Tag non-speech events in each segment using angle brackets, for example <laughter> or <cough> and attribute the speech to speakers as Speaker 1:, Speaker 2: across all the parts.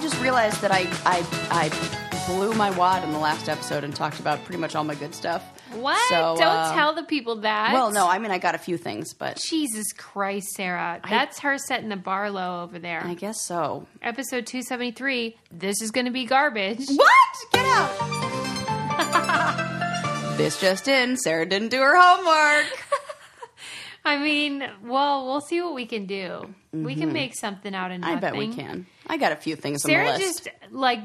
Speaker 1: just realized that I, I, I blew my wad in the last episode and talked about pretty much all my good stuff.
Speaker 2: What?
Speaker 1: So,
Speaker 2: Don't
Speaker 1: um,
Speaker 2: tell the people that.
Speaker 1: Well, no, I mean, I got a few things, but
Speaker 2: Jesus Christ, Sarah. That's her setting the bar low over there.
Speaker 1: I guess so.
Speaker 2: Episode 273. This is going to be garbage.
Speaker 1: What? Get out! <laughs> this just in, Sarah didn't do her homework.
Speaker 2: I mean, well, we'll see what we can do. We can make something out of nothing.
Speaker 1: Mm-hmm. I bet we can. I got a few things on the
Speaker 2: Sarah
Speaker 1: list.
Speaker 2: just like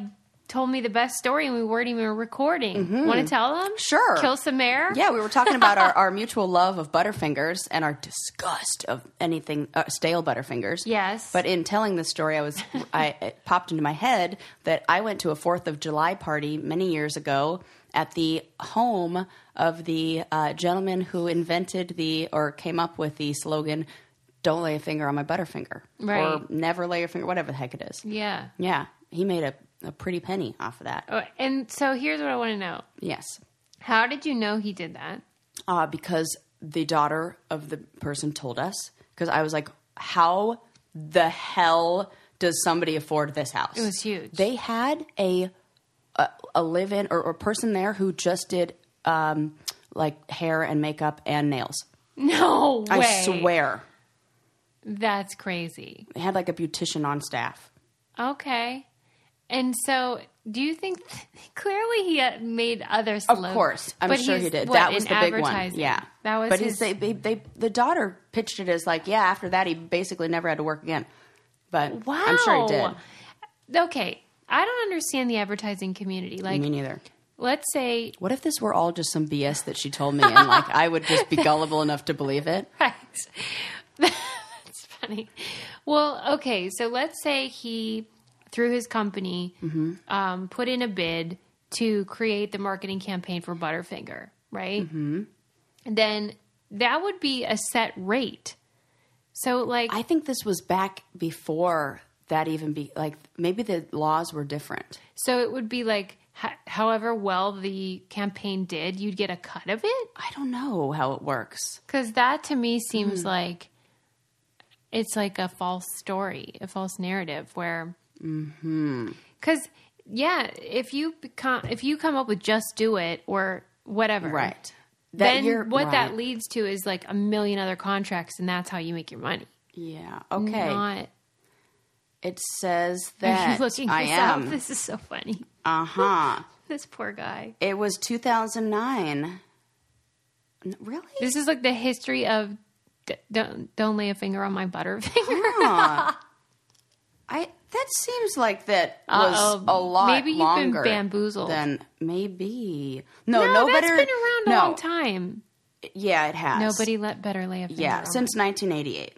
Speaker 2: told me the best story, and we weren't even recording. Want to tell them?
Speaker 1: Mm-hmm. Sure.
Speaker 2: Kill some air.
Speaker 1: Yeah, we were talking about our, our mutual love of Butterfingers and our disgust of anything uh, stale Butterfingers.
Speaker 2: Yes.
Speaker 1: But in telling this story, I was I it popped into my head that I went to a Fourth of July party many years ago at the home of the uh, gentleman who invented the or came up with the slogan "Don't lay a finger on my Butterfinger" or
Speaker 2: Right.
Speaker 1: "Never lay your finger," whatever the heck it is.
Speaker 2: Yeah.
Speaker 1: Yeah, he made a, a pretty penny off of that.
Speaker 2: Oh, And so here's what I want to know:
Speaker 1: Yes.
Speaker 2: How did you know he did that? <laughs>
Speaker 1: uh, because the daughter of the person told us. Because I was like, how the hell does somebody afford this house? It
Speaker 2: was huge.
Speaker 1: They had a a, a live in or, or person there who just did um, like hair and makeup and nails.
Speaker 2: No way.
Speaker 1: I swear,
Speaker 2: That's crazy.
Speaker 1: they had like a beautician on staff.
Speaker 2: Okay. And so, do you think? <laughs> Clearly, he uh, made other.
Speaker 1: Of
Speaker 2: Slogans,
Speaker 1: course, I'm
Speaker 2: But
Speaker 1: sure
Speaker 2: he's,
Speaker 1: he did.
Speaker 2: what,
Speaker 1: that was
Speaker 2: in
Speaker 1: the big one.
Speaker 2: advertising?
Speaker 1: Yeah,
Speaker 2: that was.
Speaker 1: But
Speaker 2: his,
Speaker 1: he's, they, they, they, the daughter pitched it as like, yeah. After that, he basically never had to work again. But
Speaker 2: wow.
Speaker 1: I'm sure he did.
Speaker 2: Okay, I don't understand the advertising community. Like,
Speaker 1: Me neither.
Speaker 2: let's say
Speaker 1: What if this were all just some BS that she told me and like I would just be
Speaker 2: <laughs>
Speaker 1: gullible enough to believe it?
Speaker 2: Right. That's funny. Well, okay, so let's say he, through his company,
Speaker 1: Mm-hmm.
Speaker 2: um, put in a bid to create the marketing campaign for Butterfinger, right? Mm-hmm. Then that would be a set rate. So, like,
Speaker 1: I think this was back before that even be like maybe the laws were different.
Speaker 2: so it would be like, ho- however well the campaign did, you'd get a cut of it.
Speaker 1: I don't know how it works.
Speaker 2: Because that to me seems
Speaker 1: Mm-hmm.
Speaker 2: like it's like a false story, a false narrative where.
Speaker 1: Mm-hmm.
Speaker 2: Because yeah, if you become if you come up with just do it or whatever,
Speaker 1: Right. That
Speaker 2: Then
Speaker 1: you're-
Speaker 2: what that
Speaker 1: right.
Speaker 2: leads to is like a million other contracts, and that's how you make your money.
Speaker 1: Yeah. Okay.
Speaker 2: Not <laughs>
Speaker 1: it says
Speaker 2: are
Speaker 1: that
Speaker 2: you looking
Speaker 1: I
Speaker 2: this up.
Speaker 1: am.
Speaker 2: This is so funny. <laughs>
Speaker 1: Uh-huh.
Speaker 2: This poor guy.
Speaker 1: It was 2009. N- Really?
Speaker 2: This is like the history of d- don't don't lay a <laughs> finger on my butterfinger.
Speaker 1: Oh, I that seems like that
Speaker 2: Uh-oh.
Speaker 1: was a lot
Speaker 2: Maybe you've been
Speaker 1: longer
Speaker 2: bamboozled.
Speaker 1: than maybe. No,
Speaker 2: no,
Speaker 1: nobody
Speaker 2: that's been around a
Speaker 1: no.
Speaker 2: long time.
Speaker 1: Yeah, it has.
Speaker 2: Nobody let better lay a finger.
Speaker 1: Yeah,
Speaker 2: on
Speaker 1: since 1988.
Speaker 2: it.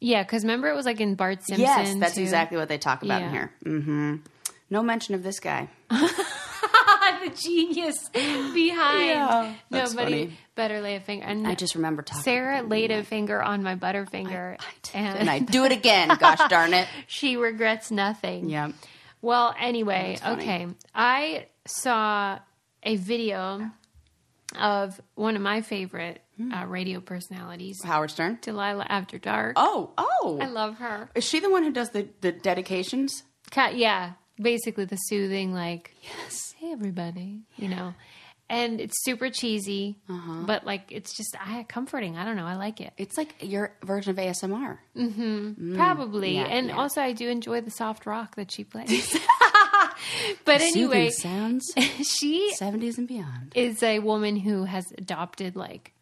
Speaker 2: yeah, because remember it was like in Bart Simpson.
Speaker 1: yes, that's
Speaker 2: too?
Speaker 1: exactly what they talk about in
Speaker 2: Yeah.
Speaker 1: here. hmm No mention of this guy.
Speaker 2: <laughs> the genius behind
Speaker 1: Yeah. That's
Speaker 2: nobody
Speaker 1: funny.
Speaker 2: better lay a finger. And
Speaker 1: I just remember talking.
Speaker 2: Sarah laid a finger on my butterfinger, and,
Speaker 1: and I do it again. Gosh darn it.
Speaker 2: <laughs> she regrets nothing.
Speaker 1: Yeah.
Speaker 2: Well, anyway,
Speaker 1: funny.
Speaker 2: okay, I saw a video of one of my favorite
Speaker 1: Hmm.
Speaker 2: uh, radio personalities,
Speaker 1: Howard Stern.
Speaker 2: Delilah After Dark.
Speaker 1: Oh, oh.
Speaker 2: I love her.
Speaker 1: Is she the one who does the, the dedications?
Speaker 2: Cat, yeah, basically the soothing, like, yes, hey everybody, you know, and it's super cheesy,
Speaker 1: Uh-huh.
Speaker 2: but like it's just I comforting. I don't know, I like it
Speaker 1: It's like your version of ASMR.
Speaker 2: probably,
Speaker 1: Mm. yeah,
Speaker 2: and
Speaker 1: yeah.
Speaker 2: also I do enjoy the soft rock that
Speaker 1: <laughs>
Speaker 2: she plays. <laughs> but anyway,
Speaker 1: Soothing
Speaker 2: <laughs>
Speaker 1: sounds,
Speaker 2: she
Speaker 1: 70s and beyond.
Speaker 2: is a woman who has adopted like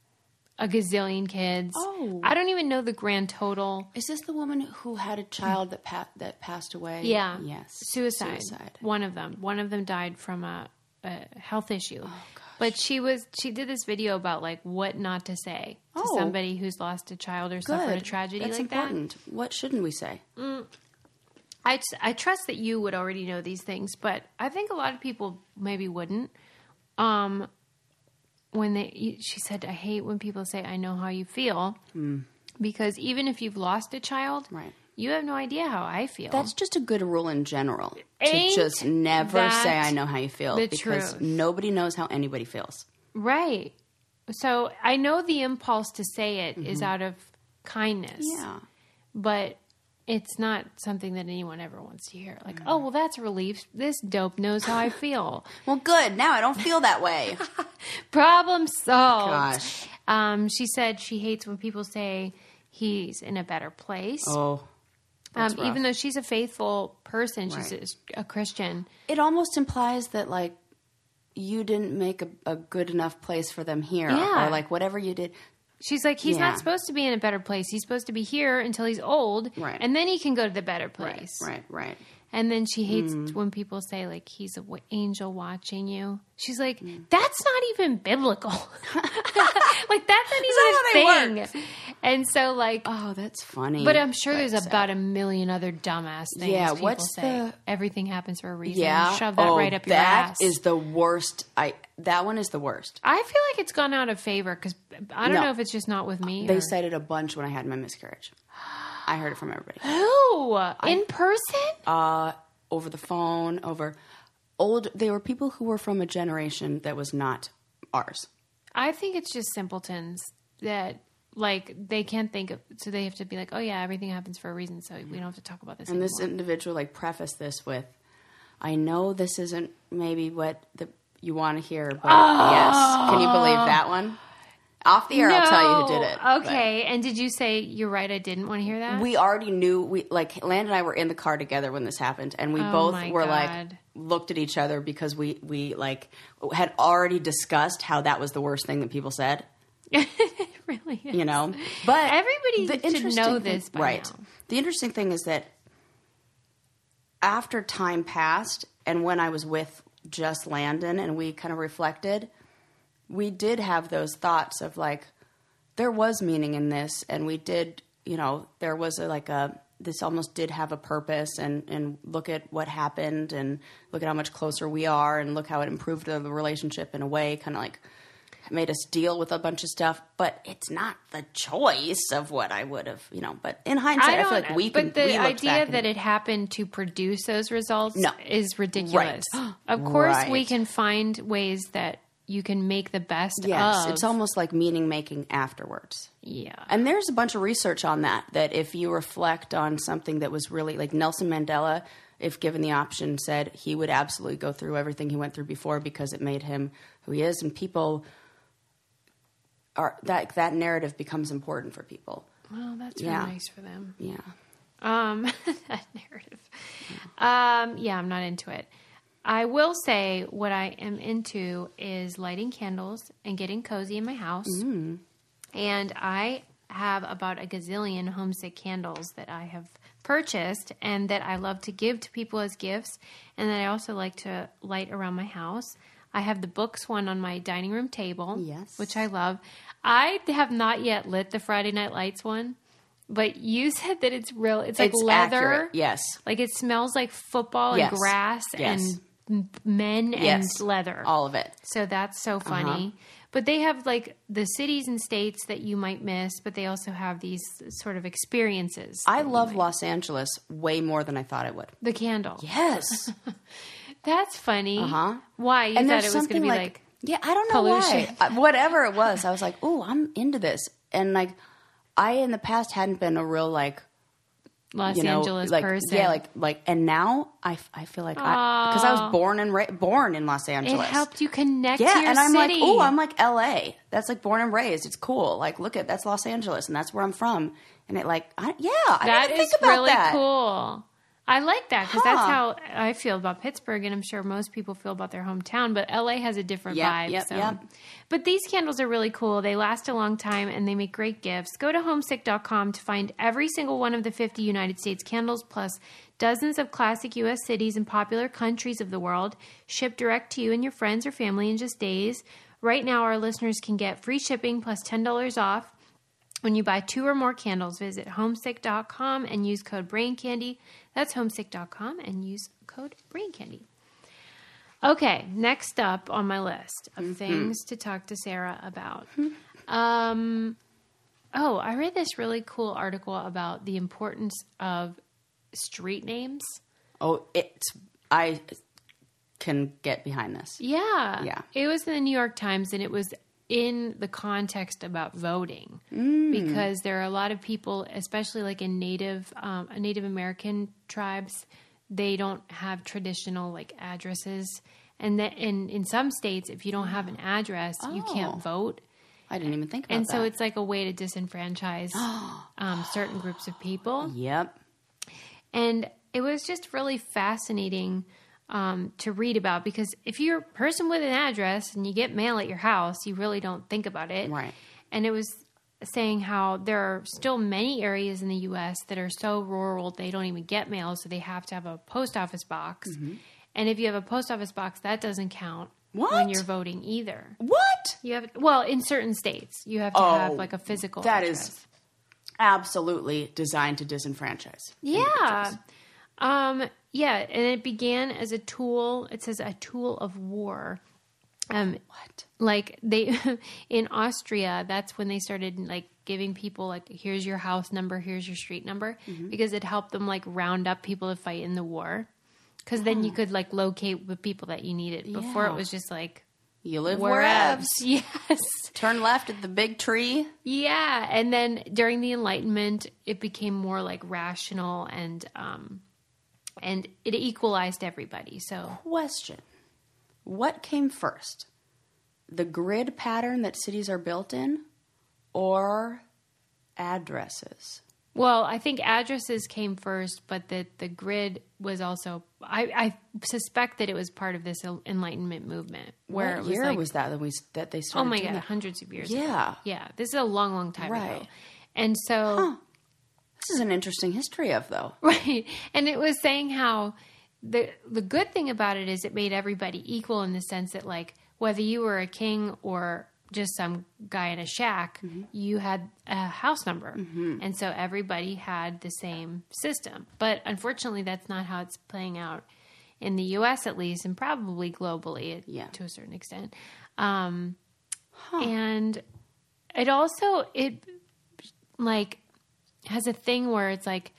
Speaker 2: a gazillion kids.
Speaker 1: Oh.
Speaker 2: I don't even know the grand total.
Speaker 1: Is this the woman who had a child that pa- that passed away?
Speaker 2: Yeah.
Speaker 1: Yes.
Speaker 2: Suicide.
Speaker 1: Suicide.
Speaker 2: One of them. One of them died from a, a health issue.
Speaker 1: Oh,
Speaker 2: But she was she did this video about like what not to say to
Speaker 1: Oh.
Speaker 2: somebody who's lost a child or suffered a
Speaker 1: Good.
Speaker 2: tragedy
Speaker 1: That's
Speaker 2: like that.
Speaker 1: important. What shouldn't we say?
Speaker 2: I, t- I trust that you would already know these things, but I think a lot of people maybe wouldn't. Um, when they, you- she said, I hate when people say, I know how you feel, because even if you've lost a child,
Speaker 1: Hmm. Right.
Speaker 2: you have no idea how I feel.
Speaker 1: That's just a good rule in general to
Speaker 2: Ain't
Speaker 1: just never
Speaker 2: that
Speaker 1: say I know how you feel
Speaker 2: the
Speaker 1: because
Speaker 2: truth?
Speaker 1: nobody knows how anybody feels.
Speaker 2: right. So I
Speaker 1: Mm-hmm.
Speaker 2: know the impulse to say it is out of kindness, but it's not something that anyone ever wants to hear. Like,
Speaker 1: Mm.
Speaker 2: oh, well, that's a relief. This dope knows how I feel. <laughs>
Speaker 1: Well, good. Now I don't feel that <laughs> way.
Speaker 2: Problem solved.
Speaker 1: Gosh.
Speaker 2: Um, she said she hates when people say he's in a better place.
Speaker 1: Oh.
Speaker 2: um,
Speaker 1: that's rough.
Speaker 2: even though she's a faithful person, she's
Speaker 1: Right.
Speaker 2: a, a Christian.
Speaker 1: it almost implies that like you didn't make a, a good enough place for them here
Speaker 2: Yeah.
Speaker 1: or like whatever you did
Speaker 2: She's like, he's
Speaker 1: Yeah.
Speaker 2: not supposed to be in a better place. He's supposed to be here until he's old,
Speaker 1: Right.
Speaker 2: and then he can go to the better place.
Speaker 1: right Mm. right
Speaker 2: And then she hates when people say like he's an angel watching you. She's like,
Speaker 1: Mm.
Speaker 2: that's not even
Speaker 1: <laughs>
Speaker 2: biblical. <laughs> like that's
Speaker 1: that
Speaker 2: not
Speaker 1: how
Speaker 2: even
Speaker 1: they
Speaker 2: a thing. And so like,
Speaker 1: oh that's funny
Speaker 2: but I'm sure there's
Speaker 1: That's
Speaker 2: about a million other dumbass things.
Speaker 1: Yeah,
Speaker 2: people
Speaker 1: what's
Speaker 2: say.
Speaker 1: the-
Speaker 2: everything happens for a reason?
Speaker 1: yeah
Speaker 2: shove that
Speaker 1: Oh,
Speaker 2: right up your
Speaker 1: that
Speaker 2: ass.
Speaker 1: is the worst i that one is the worst
Speaker 2: I feel like it's gone out of favor because I don't
Speaker 1: No.
Speaker 2: know if it's just not with me.
Speaker 1: they
Speaker 2: or-
Speaker 1: cited a bunch when i had my miscarriage i heard it from everybody
Speaker 2: who in person?
Speaker 1: uh, over the phone over old they were people who were from a generation that was not ours
Speaker 2: I think it's just simpletons that like they can't think of, so they have to be like, oh yeah, everything happens for a reason, so we don't have to talk about this.
Speaker 1: And
Speaker 2: anymore.
Speaker 1: this individual like prefaced this with, "I know this isn't maybe what the you want to hear, but yes, can you believe that one?" Off the air, I'll tell you who did it. but-
Speaker 2: Oh. Okay, and did you say you're right? I didn't want to hear that.
Speaker 1: we already knew we like Land and I were in the car together when this happened, and we both
Speaker 2: Oh my
Speaker 1: were like
Speaker 2: God.
Speaker 1: looked at each other because we we like had already discussed how that was the worst thing that people said,
Speaker 2: <laughs>
Speaker 1: <laughs>
Speaker 2: really? <laughs>
Speaker 1: you know. But
Speaker 2: Everybody should
Speaker 1: interesting
Speaker 2: know
Speaker 1: thing-
Speaker 2: this by
Speaker 1: right?
Speaker 2: now.
Speaker 1: The interesting thing is that after time passed, and when I was with just Landon, and we kind of reflected, we did have those thoughts of like there was meaning in this and we did you know there was a, like a this almost did have a purpose and and look at what happened and look at how much closer we are and look how it improved the relationship in a way kind of like made us deal with a bunch of stuff but it's not the choice of what i would have you know but in hindsight i, feel like we can
Speaker 2: but the
Speaker 1: we looked
Speaker 2: idea
Speaker 1: back and-
Speaker 2: that it happened to produce those results
Speaker 1: No.
Speaker 2: is ridiculous. <gasps> Of course, we
Speaker 1: Right.
Speaker 2: can find ways that you can make the best
Speaker 1: yes
Speaker 2: of.
Speaker 1: it's almost like meaning making afterwards
Speaker 2: yeah.
Speaker 1: And there's a bunch of research on that, that if you reflect on something that was really like Nelson Mandela, if given the option, said he would absolutely go through everything he went through before because it made him who he is. And people are that that narrative becomes important for people.
Speaker 2: Well, that's really
Speaker 1: Yeah.
Speaker 2: nice for them.
Speaker 1: Yeah.
Speaker 2: Um, <laughs> that narrative. Um, yeah, I'm not into it. I will say what I am into is lighting candles and getting cozy in my house. And I have about a gazillion homesick candles that I have purchased and that I love to give to people as gifts. And that I also like to light around my house. I have the books one on my dining room table,
Speaker 1: Yes.
Speaker 2: which I love. I have not yet lit the Friday Night Lights one, but you said that it's real. It's like
Speaker 1: it's
Speaker 2: leather.
Speaker 1: accurate. Yes.
Speaker 2: Like it smells like football
Speaker 1: Yes.
Speaker 2: and grass
Speaker 1: Yes.
Speaker 2: and m- men
Speaker 1: Yes.
Speaker 2: and leather.
Speaker 1: All Uh-huh. of it.
Speaker 2: So that's so funny. But they have like the cities and states that you might miss, but they also have these sort of experiences.
Speaker 1: I love Los Angeles way more than I thought I would.
Speaker 2: the candle.
Speaker 1: Yes.
Speaker 2: That's funny.
Speaker 1: Uh-huh.
Speaker 2: Why? You thought it was going to be like,
Speaker 1: yeah, I don't know
Speaker 2: pollution.
Speaker 1: why. Uh, Whatever it was, I was like, oh, I'm into this, and like, I in the past hadn't been a real like
Speaker 2: Los
Speaker 1: you know
Speaker 2: Angeles
Speaker 1: like
Speaker 2: person.
Speaker 1: yeah like like, and now I, f- I feel like because I, was born and ra- born in Los
Speaker 2: it
Speaker 1: Angeles.
Speaker 2: helped you connect
Speaker 1: yeah,
Speaker 2: to your
Speaker 1: and I'm like,
Speaker 2: city.
Speaker 1: oh, I'm like L.A. That's like born and raised. It's cool. Like, look at that's Los Angeles, and that's where I'm from. And it like, I, yeah, I
Speaker 2: That
Speaker 1: didn't
Speaker 2: is
Speaker 1: think about
Speaker 2: really
Speaker 1: that.
Speaker 2: cool. I like that because that's
Speaker 1: Huh.
Speaker 2: how I feel about Pittsburgh, and I'm sure most people feel about their hometown. But LA has a different
Speaker 1: Yep,
Speaker 2: vibe.
Speaker 1: yep,
Speaker 2: so.
Speaker 1: yep.
Speaker 2: But these candles are really cool. They last a long time and they make great gifts. Go to homesick.com to find every single one of the 50 United States candles, plus dozens of classic U.S. cities and popular countries of the world, shipped direct to you and your friends or family in just days. Right now, our listeners can get free shipping plus $10 off. When you buy two or more candles, visit homesick.com and use code BrainCandy. That's homesick.com and use code BrainCandy. Okay, next up on my list of things to talk to Sarah about. um, oh, I read this really cool article about the importance of street names.
Speaker 1: Oh, it. I can get behind this.
Speaker 2: Yeah.
Speaker 1: Yeah.
Speaker 2: It was in the New York Times and it was in the context about voting
Speaker 1: Mm.
Speaker 2: because there are a lot of people, especially like in Native um, Native American tribes, they don't have traditional like addresses, and that in in some states, if you don't have an address, you
Speaker 1: Oh.
Speaker 2: can't vote.
Speaker 1: I didn't even think about
Speaker 2: And
Speaker 1: that.
Speaker 2: so it's like a way to
Speaker 1: <gasps>
Speaker 2: disenfranchise um, certain groups of people.
Speaker 1: yep.
Speaker 2: And it was just really fascinating um, to read about because if you're a person with an address and you get mail at your house, you really don't think about it.
Speaker 1: Right.
Speaker 2: And it was saying how there are still many areas in the US that are so rural they don't even get mail, so they have to have a post office box.
Speaker 1: Mm-hmm.
Speaker 2: And if you have a post office box, that doesn't count when
Speaker 1: What?
Speaker 2: you're voting either.
Speaker 1: What?
Speaker 2: You have well, in certain states, you have to
Speaker 1: Oh,
Speaker 2: have like a physical
Speaker 1: That
Speaker 2: address.
Speaker 1: is absolutely designed to disenfranchise.
Speaker 2: Yeah. Um, yeah, and it began as a tool. It says a tool of war. Um,
Speaker 1: What?
Speaker 2: like they <laughs> in Austria, that's when they started like giving people like here's your house number, here's your street number because it helped them like round up people to fight in the war. Cuz then you could like locate the people that you needed. Before
Speaker 1: Yeah.
Speaker 2: it was just like
Speaker 1: You live
Speaker 2: wherever.
Speaker 1: wherever.
Speaker 2: <laughs> Yes.
Speaker 1: Turn left at the big tree.
Speaker 2: Yeah, and then during the Enlightenment, it became more like rational and um, and it equalized everybody. So
Speaker 1: Question What came first? The grid pattern that cities are built in or addresses?
Speaker 2: Well, I think addresses came first, but that the grid was also. I, I suspect that it was part of this en- Enlightenment movement, where
Speaker 1: what
Speaker 2: it was
Speaker 1: year
Speaker 2: like,
Speaker 1: was that that we that they
Speaker 2: oh
Speaker 1: started?
Speaker 2: my
Speaker 1: doing
Speaker 2: god,
Speaker 1: that?
Speaker 2: hundreds of years.
Speaker 1: Yeah.
Speaker 2: ago. yeah. This is a long, long time
Speaker 1: Right.
Speaker 2: ago, and so
Speaker 1: This is an interesting history of though.
Speaker 2: <laughs> right, and it was saying how the the good thing about it is it made everybody equal in the sense that like whether you were a king or just some guy in a shack, you had a house number. And so everybody had the same system. But unfortunately, that's not how it's playing out in the US, at least, and probably globally
Speaker 1: Yeah.
Speaker 2: to a certain extent. Um, And it also, it like has a thing where it's like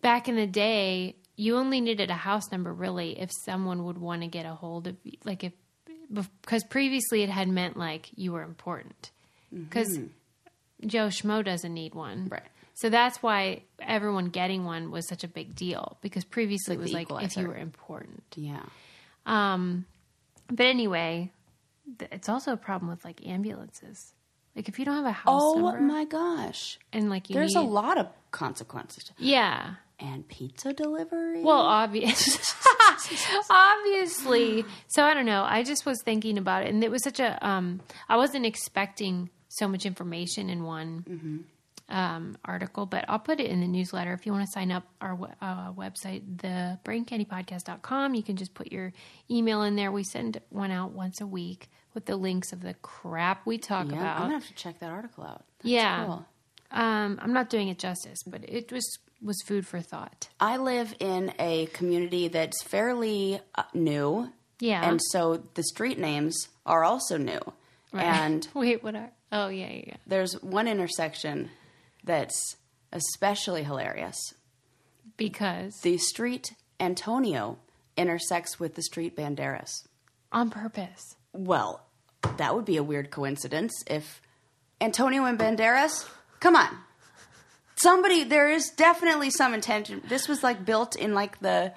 Speaker 2: back in the day, you only needed a house number really if someone would want to get a hold of you. Like if, because previously it had meant like you were important. Because Joe Schmo doesn't need one.
Speaker 1: Mm-hmm. Right.
Speaker 2: So that's why everyone getting one was such a big deal because previously
Speaker 1: Like
Speaker 2: it was
Speaker 1: the
Speaker 2: like if
Speaker 1: equalizer.
Speaker 2: you were important.
Speaker 1: Yeah.
Speaker 2: But anyway, th- it's also a problem with like ambulances. Like if you don't have a house
Speaker 1: Oh
Speaker 2: number
Speaker 1: my gosh.
Speaker 2: and like you
Speaker 1: There's a
Speaker 2: need,
Speaker 1: lot of consequences.
Speaker 2: yeah.
Speaker 1: And pizza delivery?
Speaker 2: Well, obvious. <laughs> obviously. So I don't know. I just was thinking about it, and it was such a. Um, I wasn't expecting so much information in one
Speaker 1: Mm-hmm.
Speaker 2: um, article, but I'll put it in the newsletter. If you want to sign up, our we- uh, website, thebraincandypodcast.com, you can just put your email in there. We send one out once a week with the links of the crap we talk
Speaker 1: yeah, I'm
Speaker 2: about.
Speaker 1: going to have to check that article out. That's
Speaker 2: yeah.
Speaker 1: cool.
Speaker 2: Um, I'm not doing it justice, but it was was food for thought.
Speaker 1: I live in a community that's fairly uh, new.
Speaker 2: Yeah.
Speaker 1: And so the street names are also new. And
Speaker 2: <laughs> Wait, what are? Oh yeah, yeah, yeah.
Speaker 1: there's one intersection that's especially hilarious.
Speaker 2: Because
Speaker 1: The street Antonio intersects with the street Banderas.
Speaker 2: on purpose.
Speaker 1: Well, that would be a weird coincidence if Antonio and Banderas. Come on. Somebody, there is definitely some intention. This was like built in like the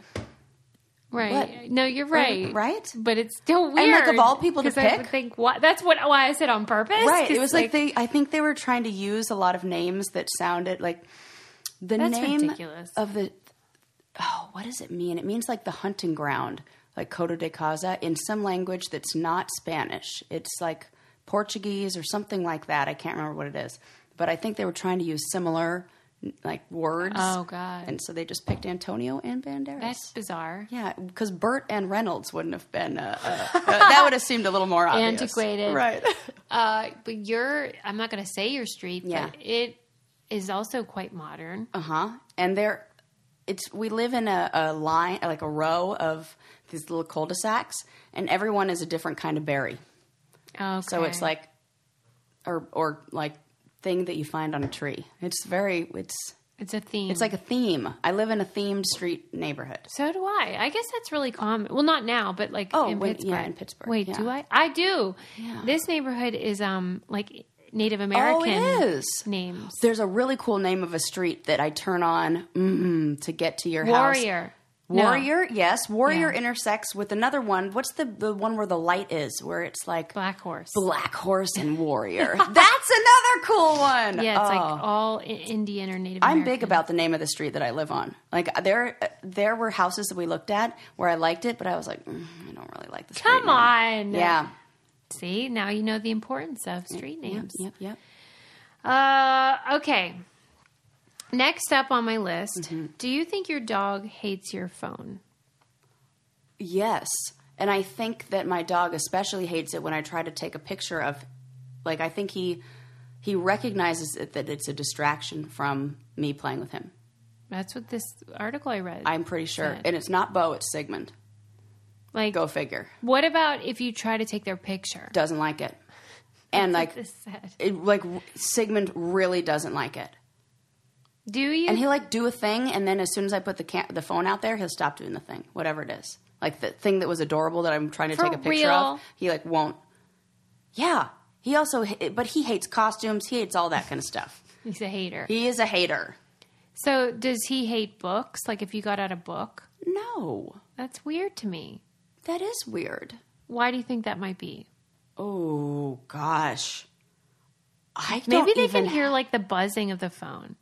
Speaker 2: Right.
Speaker 1: What?
Speaker 2: No, you're
Speaker 1: Right,
Speaker 2: right.
Speaker 1: right?
Speaker 2: But it's still weird.
Speaker 1: And, like, of all people to
Speaker 2: 'cause I
Speaker 1: pick?
Speaker 2: would think why, that's what why I said on purpose.
Speaker 1: right. It
Speaker 2: 'cause,
Speaker 1: was like, they. I think they were trying to use a lot of names that sounded like the
Speaker 2: That's
Speaker 1: name
Speaker 2: ridiculous.
Speaker 1: of the. Oh, what does it mean? It means like the hunting ground, like Coto de Casa, in some language that's not Spanish. It's like Portuguese or something like that. I can't remember what it is, but I think they were trying to use similar like words.
Speaker 2: Oh, God.
Speaker 1: And so they just picked Antonio and Banderas.
Speaker 2: that's bizarre,
Speaker 1: yeah, because Burt and Reynolds wouldn't have been. Uh, uh, uh, that would have seemed a little more obvious.
Speaker 2: Antiquated.
Speaker 1: right?
Speaker 2: Uh, but you're. I'm not going to say your street.
Speaker 1: Yeah.
Speaker 2: But it is also quite modern.
Speaker 1: Uh huh. And there, it's we live in a, a line, like a row of these little cul-de-sacs, and everyone is a different kind of berry.
Speaker 2: Okay.
Speaker 1: So it's like, or or like thing that you find on a tree. It's very. It's
Speaker 2: It's a theme.
Speaker 1: It's like a theme. I live in a themed street neighborhood.
Speaker 2: so do I. I guess that's really common. Well, not now, but like
Speaker 1: Oh,
Speaker 2: in
Speaker 1: when-
Speaker 2: Pittsburgh.
Speaker 1: yeah, in Pittsburgh,
Speaker 2: Wait,
Speaker 1: yeah.
Speaker 2: do I? I do. This neighborhood is um like Native American
Speaker 1: Oh, is.
Speaker 2: names.
Speaker 1: There's a really cool name of a street that I turn on mm, to get to your house.
Speaker 2: Warrior. No.
Speaker 1: Warrior, yes. Warrior
Speaker 2: Yeah.
Speaker 1: intersects with another one. What's the, the one where the light is, where it's like
Speaker 2: Black horse.
Speaker 1: Black Horse and
Speaker 2: <laughs>
Speaker 1: Warrior? That's another cool one.
Speaker 2: Yeah, it's
Speaker 1: Oh.
Speaker 2: like all I- Indian or Native.
Speaker 1: I'm
Speaker 2: American.
Speaker 1: big about the name of the street that I live on. Like uh, there, there were houses that we looked at where I liked it, but I was like, mm, I don't really like this.
Speaker 2: Come on.
Speaker 1: Yeah.
Speaker 2: See, now you know the importance of street names.
Speaker 1: Yep. Yep.
Speaker 2: Uh, okay. Next up on my list,
Speaker 1: Mm-hmm.
Speaker 2: do you think your dog hates your phone?
Speaker 1: Yes. And I think that my dog especially hates it when I try to take a picture of like I think he he recognizes it, that it's a distraction from me playing with him.
Speaker 2: That's what this article I read.
Speaker 1: I'm pretty sure.
Speaker 2: Sad.
Speaker 1: And it's not Bo, it's Sigmund.
Speaker 2: like,
Speaker 1: Go figure.
Speaker 2: what about if you try to take their picture?
Speaker 1: Doesn't like it. And like
Speaker 2: This is sad.
Speaker 1: it, like Sigmund really doesn't like it.
Speaker 2: Do you?
Speaker 1: And he'll like do a thing and then as soon as I put the ca- the phone out there, he'll stop doing the thing, whatever it is. Like the thing that was adorable that I'm trying to
Speaker 2: For
Speaker 1: take a picture
Speaker 2: real?
Speaker 1: of, he like won't. Yeah. He also h- but he hates costumes, he hates all that kind of stuff.
Speaker 2: he's a hater.
Speaker 1: He is a hater.
Speaker 2: so, does he hate books? Like, if you got out a book,
Speaker 1: No.
Speaker 2: that's weird to me.
Speaker 1: That is weird.
Speaker 2: Why do you think that might be?
Speaker 1: Oh gosh. I
Speaker 2: Maybe
Speaker 1: don't
Speaker 2: they
Speaker 1: even
Speaker 2: can hear like the buzzing of the phone.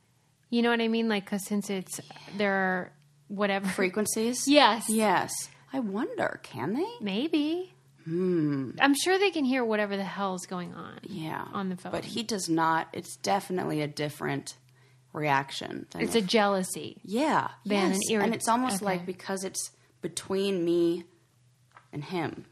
Speaker 2: You know what I mean? Like, because since it's there are whatever.
Speaker 1: frequencies.
Speaker 2: <laughs> Yes.
Speaker 1: Yes. I wonder, can they?
Speaker 2: Maybe. Hmm. I'm sure they can hear whatever the hell's going on.
Speaker 1: Yeah.
Speaker 2: On the phone.
Speaker 1: But he does not. It's definitely a different reaction. Than
Speaker 2: It's a jealousy.
Speaker 1: Yeah.
Speaker 2: Than
Speaker 1: yes.
Speaker 2: an irrit-
Speaker 1: and it's almost
Speaker 2: okay.
Speaker 1: like because it's between me and him,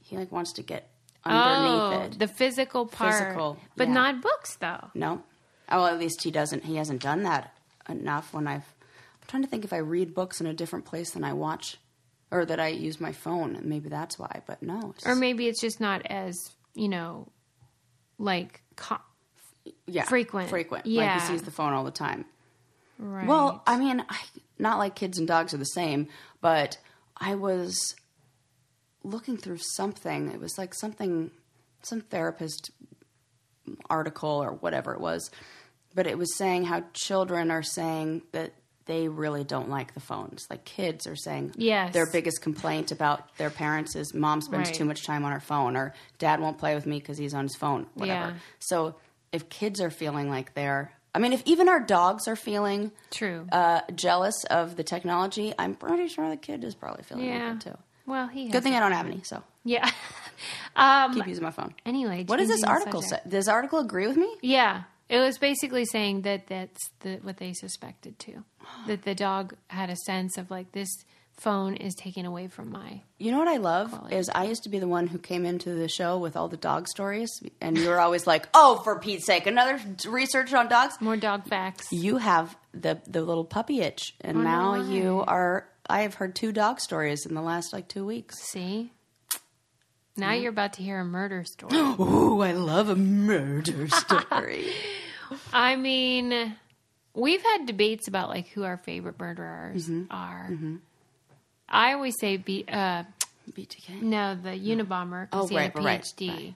Speaker 1: he like wants to get underneath it.
Speaker 2: Oh, the physical part.
Speaker 1: Physical,
Speaker 2: But
Speaker 1: yeah.
Speaker 2: not books, though.
Speaker 1: no. Oh, well, at least he doesn't. He hasn't done that enough. When I've, I'm trying to think if I read books in a different place than I watch, or that I use my phone. Maybe that's why. But no. It's,
Speaker 2: Or maybe it's just not as, you know, like. Co-
Speaker 1: yeah,
Speaker 2: frequent.
Speaker 1: Frequent. Like
Speaker 2: Yeah.
Speaker 1: he sees the phone all the time.
Speaker 2: right.
Speaker 1: Well, I mean, I, not like kids and dogs are the same, but I was looking through something. It was like something, some therapist article or whatever it was, but it was saying how children are saying that they really don't like the phones. Like kids are saying,
Speaker 2: Yes.
Speaker 1: their biggest complaint about their parents is mom spends
Speaker 2: Right.
Speaker 1: too much time on her phone or dad won't play with me because he's on his phone, whatever.
Speaker 2: Yeah.
Speaker 1: So if kids are feeling like they're, I mean, if even our dogs are feeling
Speaker 2: True.
Speaker 1: uh, jealous of the technology, I'm pretty sure the kid is probably feeling
Speaker 2: yeah.
Speaker 1: like that too.
Speaker 2: Well, he.
Speaker 1: Good
Speaker 2: Has.
Speaker 1: thing I don't have any, so
Speaker 2: Yeah. <laughs> um,
Speaker 1: keep using my phone.
Speaker 2: anyway,
Speaker 1: What does this
Speaker 2: changing the
Speaker 1: article
Speaker 2: subject.
Speaker 1: say? Does this article agree with me?
Speaker 2: Yeah. It was basically saying that that's the, what they
Speaker 1: <gasps>
Speaker 2: suspected too. That the dog had a sense of like, this phone is taken away from my.
Speaker 1: You know what I love is I used to be the one who came into the show with all the dog stories, and you were always like, "Oh, for Pete's sake, another research on dogs."
Speaker 2: More dog facts.
Speaker 1: You have the the little puppy itch, and now you are. I have heard two dog stories in the last like two weeks.
Speaker 2: See? Now you're about to hear a murder story.
Speaker 1: <gasps> Oh, I love a <laughs> murder story.
Speaker 2: I mean, we've had debates about like who our favorite murderers
Speaker 1: Mm-hmm.
Speaker 2: are. I always say be, uh,
Speaker 1: BTK.
Speaker 2: no, the Unabomber. 'cause
Speaker 1: Oh,
Speaker 2: he had
Speaker 1: right,
Speaker 2: a
Speaker 1: right, Oh.
Speaker 2: PhD.